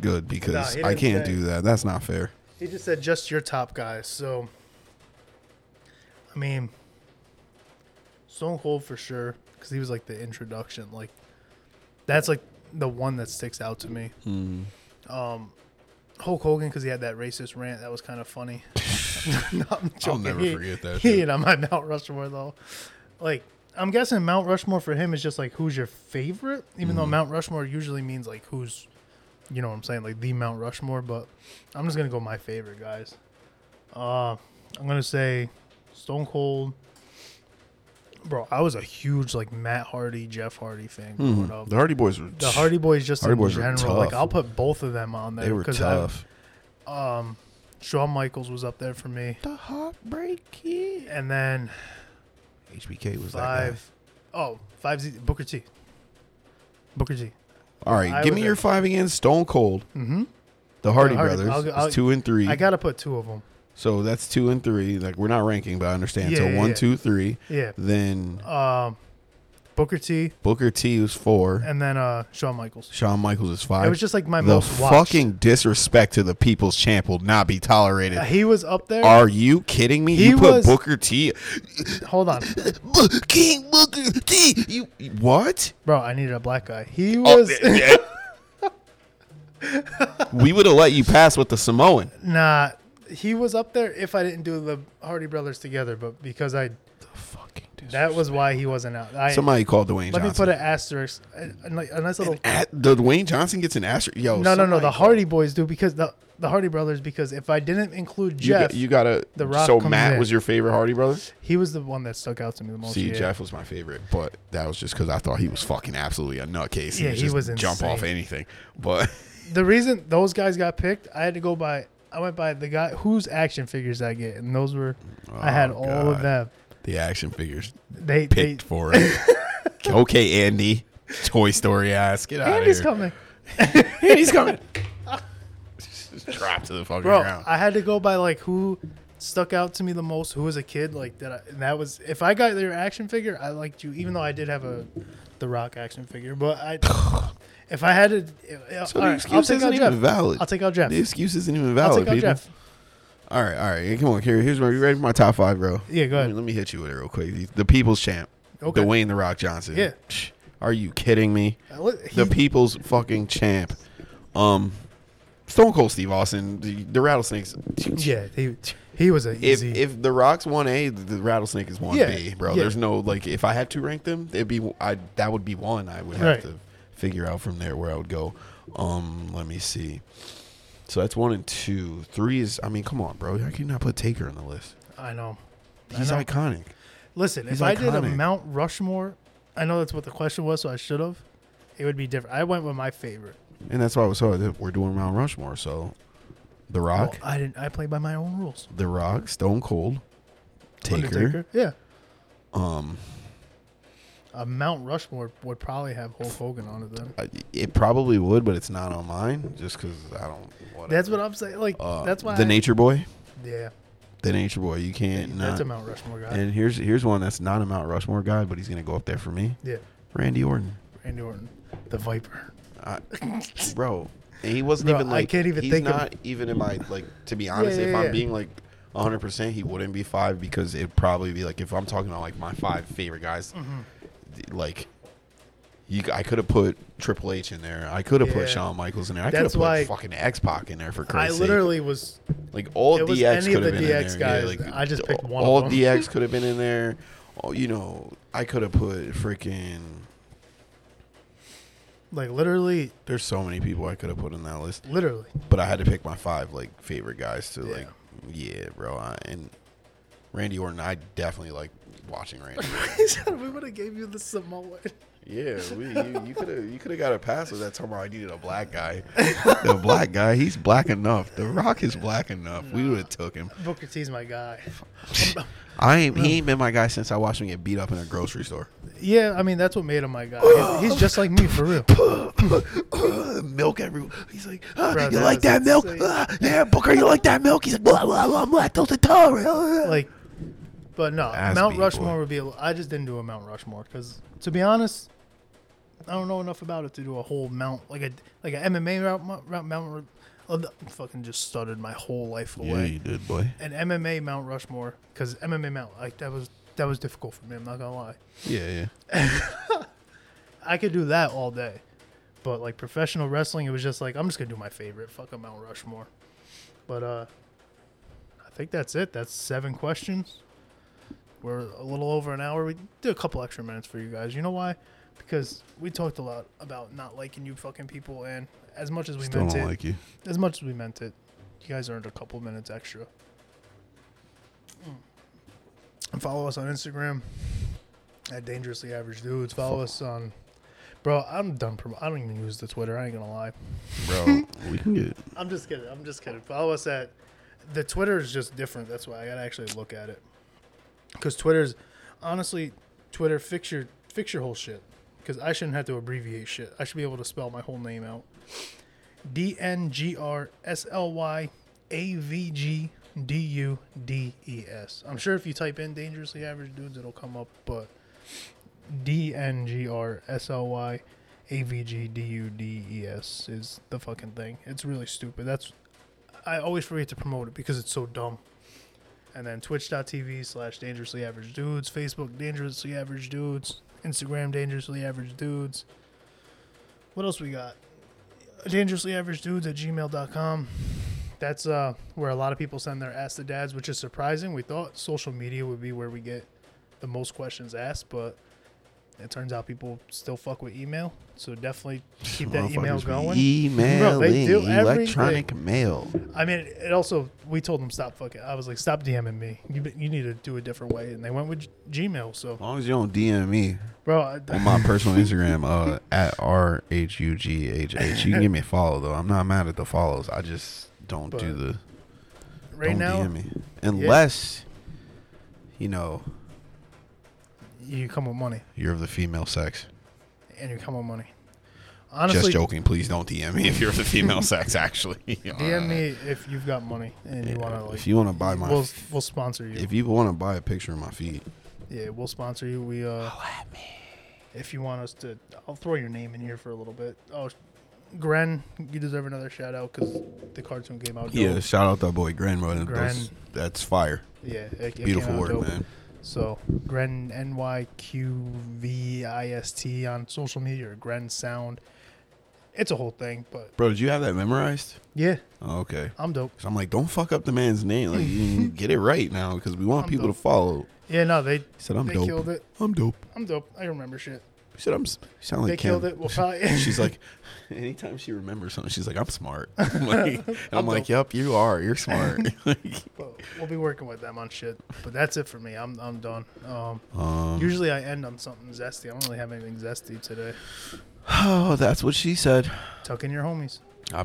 Good, because he I didn't can't say. do that. That's not fair. He just said just your top guys. So, I mean, Stone Cold for sure, because he was like the introduction. Like, that's like the one that sticks out to me. Um, Hmm. Hulk Hogan because he had that racist rant that was kind of funny. No, I'm joking. never He- forget that He shit. and on my Mount Rushmore though. Like, I'm guessing Mount Rushmore for him is just like who's your favorite, even Hmm. though Mount Rushmore usually means like who's you know what I'm saying, like the Mount Rushmore, but I'm just gonna go my favorite guys. Uh, I'm gonna say Stone Cold. Bro, I was a huge like Matt Hardy, Jeff Hardy fan growing up. The Hardy Boys were. The Hardy Boys just Hmm. Hardy in Boys were general, like tough. I'll put both of them on there They were I- tough. Shawn Michaels was up there for me, the Heartbreak Kid. and then HBK was that five, oh five Z Booker T. Booker T. guy. All right, I give was me a- your five again. Stone Cold. Mm-hmm. The Hardy, The Hardy- Brothers I'll- is I'll- two and three. I gotta put two of them. so that's two and three. Like we're not ranking, but I understand. Yeah, so yeah, one, yeah. two, three. Yeah. Uh, Then Booker T. Booker T was four. and then uh Shawn Michaels. Shawn Michaels is five. It was just like my the most watched. fucking disrespect to the people's champ will not be tolerated. Uh, He was up there. Are you kidding me? He you put was- Booker T. Hold on, King Booker T. You what? bro. I needed a black guy. He Oh, was yeah, yeah. we would have let you pass with the Samoan. nah. He was up there if I didn't do the Hardy Brothers together, but because I Fucking that was why he wasn't out. I, Somebody called Dwayne let me Johnson. put an asterisk, a, a ni- a nice little. At- the Dwayne Johnson gets an asterisk. Yo, No, no, no. The somebody call- Hardy Boys do because the the Hardy Brothers because if I didn't include You, Jeff, got- you gotta. The Rock so comes Matt in. was your favorite Hardy brother. he was the one that stuck out to me the most. See, yeah. Jeff was my favorite, but that was just because I thought he was fucking absolutely a nutcase. Yeah, would he just was jump off insane. anything. But The reason those guys got picked, I had to go by. I went by the guy whose action figures I get, and those were I had all of Oh, God. them. the action figures They picked they, for him. okay, Andy, Toy Story ass, get out Andy's of here. coming. Andy's coming. just drop to the fucking bro ground. i had to go by like who stuck out to me the most who was a kid like that I, and that was if i got your action figure i liked you even though i did have a the rock action figure but i if i had to uh, So all right, the I'll excuse take isn't out even jeff valid. i'll take out jeff The excuse isn't even i'll valid, take out people. jeff All right, all right. Come on, here. Here's my. You ready for my top five, bro? Yeah, go Let ahead. me, let me hit you with it real quick. The People's Champ, Okay. Dwayne the Rock Johnson. Yeah. Psh, Are you kidding me? Uh, look, the he- People's fucking champ. Um, Stone Cold Steve Austin. The, the Rattlesnakes. yeah he, he was a If, easy if the Rock's one A, the Rattlesnake is one B, Yeah, bro. yeah. There's no like. If I had to rank them, it'd be I. That would be one. I would have Right. to figure out from there where I would go. Um, let me see. So that's one and two. Three is. I mean, come on, bro. How can you not put Taker on the list? i know He's know. iconic. listen if He's i did a iconic. mount rushmore i know that's what the question was so i should have it would be different i went with my favorite And that's why I was so we're doing Mount Rushmore. So, The Well, Rock, i didn't i played by my own rules The Rock, Stone Cold, Taker. Undertaker. Yeah. Um, A Mount Rushmore would probably have Hulk Hogan on it then. I- it probably would, but it's not on mine just because I don't. Whatever. That's what I'm saying. Like Uh, that's why the I- Nature Boy, Yeah, the Nature Boy. You can't that's not. a Mount Rushmore guy. and here's here's one that's not a Mount Rushmore guy, but he's gonna go up there for me. yeah, Randy Orton, Randy Orton, the Viper. I, bro. and he wasn't Bro, even I like. can't even he's think of- not even in my like. To be honest, yeah, if yeah. I'm being like 100, percent he wouldn't be five because it'd probably be like if I'm talking about like my five favorite guys, Mm-hmm. th- like. You, I could have put Triple H in there. I could have Yeah. put Shawn Michaels in there. I could have That's put why- fucking X Pac in there for I Christ's sake. literally was. Like all It was DX any of the could have been DX in there. Yeah, guys. like, I just picked one of All them. DX could have been in there. Oh, you know, I could have put freaking. Like literally, There's so many people I could have put in that list, literally, but I had to pick my five like favorite guys to Yeah. like. Yeah, bro. I, and Randy Orton, I definitely like watching right now. He said we would have gave you the Samoan. Yeah, we, you, you could have you could have got a pass with that. Talking about I needed a black guy. the black guy, he's black enough. The Rock is black enough. We would have took him. Booker T's my guy. I ain't he ain't been my guy since I watched him get beat up in a grocery store. Yeah, I mean that's what made him my guy. He's- He's just like me for real. milk everywhere. He's like, "Ah, Bro, you that like was that milk? insane. Ah, yeah, Booker, you like that milk? He's like, blah blah blah, I'm lactose intolerant. Ah." Like, but no, Ass Mount beating Rushmore boy. would be. A, I just didn't do a Mount Rushmore because, to be honest, I don't know enough about it to do a whole Mount like a like a MMA route, route Mount. Ru- Oh, no, I fucking just stuttered my whole life yeah, away. you did, boy. An MMA Mount Rushmore because MMA Mount like that was that was difficult for me. I'm not gonna lie. Yeah, yeah. I could do that all day. But like professional wrestling, it was just like I'm just gonna do my favorite. Fuck a Mount Rushmore. But uh I think that's it. That's seven questions. We're a little over an hour. We did a couple extra minutes for you guys. You know why? Because we talked a lot about not liking you fucking people and as much as we Still meant don't it like you. as much as we meant it, you guys earned a couple minutes extra. And follow us on Instagram at Dangerously Average Dudes. Follow us on, bro. I'm done. Prom- I don't even use the Twitter. I ain't gonna lie. Bro, we can get I'm just kidding. I'm just kidding. Follow us at the Twitter is just different. That's why I gotta actually look at it. Because Twitter's honestly, Twitter fix your fix your whole shit. Because I shouldn't have to abbreviate shit. I should be able to spell my whole name out. D N G R S L Y A V G D U D E S. I'm sure if you type in dangerously average dudes, it'll come up. But D N G R S L Y A V G D U D E S is the fucking thing. It's really stupid. That's I always forget to promote it because it's so dumb. And then twitch.tv slash dangerously average dudes, Facebook dangerously average dudes, Instagram dangerously average dudes. What else we got? Dangerously average dudes at gmail.com. That's uh, where a lot of people send their ask the dads, which is surprising. We thought social media would be where we get the most questions asked, but it turns out people still fuck with email. So definitely keep that email motherfuckers be going. Emailing Bro, they do electronic mail. I mean, it also we told them stop fucking. I was like, stop DMing me. You you need to do a different way, and they went with G- Gmail. So, As long as you don't DM me bro, I, on my personal Instagram uh, at r h u g h h, you can give me a follow though. I'm not mad at the follows. I just don't do But the right don't now DM me unless you know you come with money, you're of the female sex. and you come with money. just Honestly, joking. Please don't DM me if you're of the female sex. Actually, DM me if you've got money and you want to. Like, if you want to buy my we'll we'll sponsor you. if you want to buy a picture of my feet. yeah, we'll sponsor you. We uh, if you want us to, I'll throw your name in here for a little bit. Oh, Gren, you deserve another shout out because the cartoon came out. Dope. Yeah, shout out that boy Gren, bro. Gren. That's, that's fire. yeah, it- it came Beautiful out work, dope. man. So Gren N Y Q V I S T on social media or Gren Sound. It's a whole thing, but Bro, did you have that memorized? yeah, Oh, okay. I'm dope. So I'm like, don't fuck up the man's name. Like, you get it right now because we want I'm people dope. to follow. He Yeah, no, they said, I'm they dope. killed it. I'm dope. I'm dope. I remember shit. He said, I'm. s- You sound like they Kim. killed it. We'll probably She's like, anytime she remembers something, she's like, I'm smart. Like, and I'm, I'm like, yep, you are. You're smart. Like, But we'll be working with them on shit. But that's it for me. I'm I'm done. Um, um, usually I end on something zesty. I don't really have anything zesty today. oh, that's what she said. Tuck in your homies.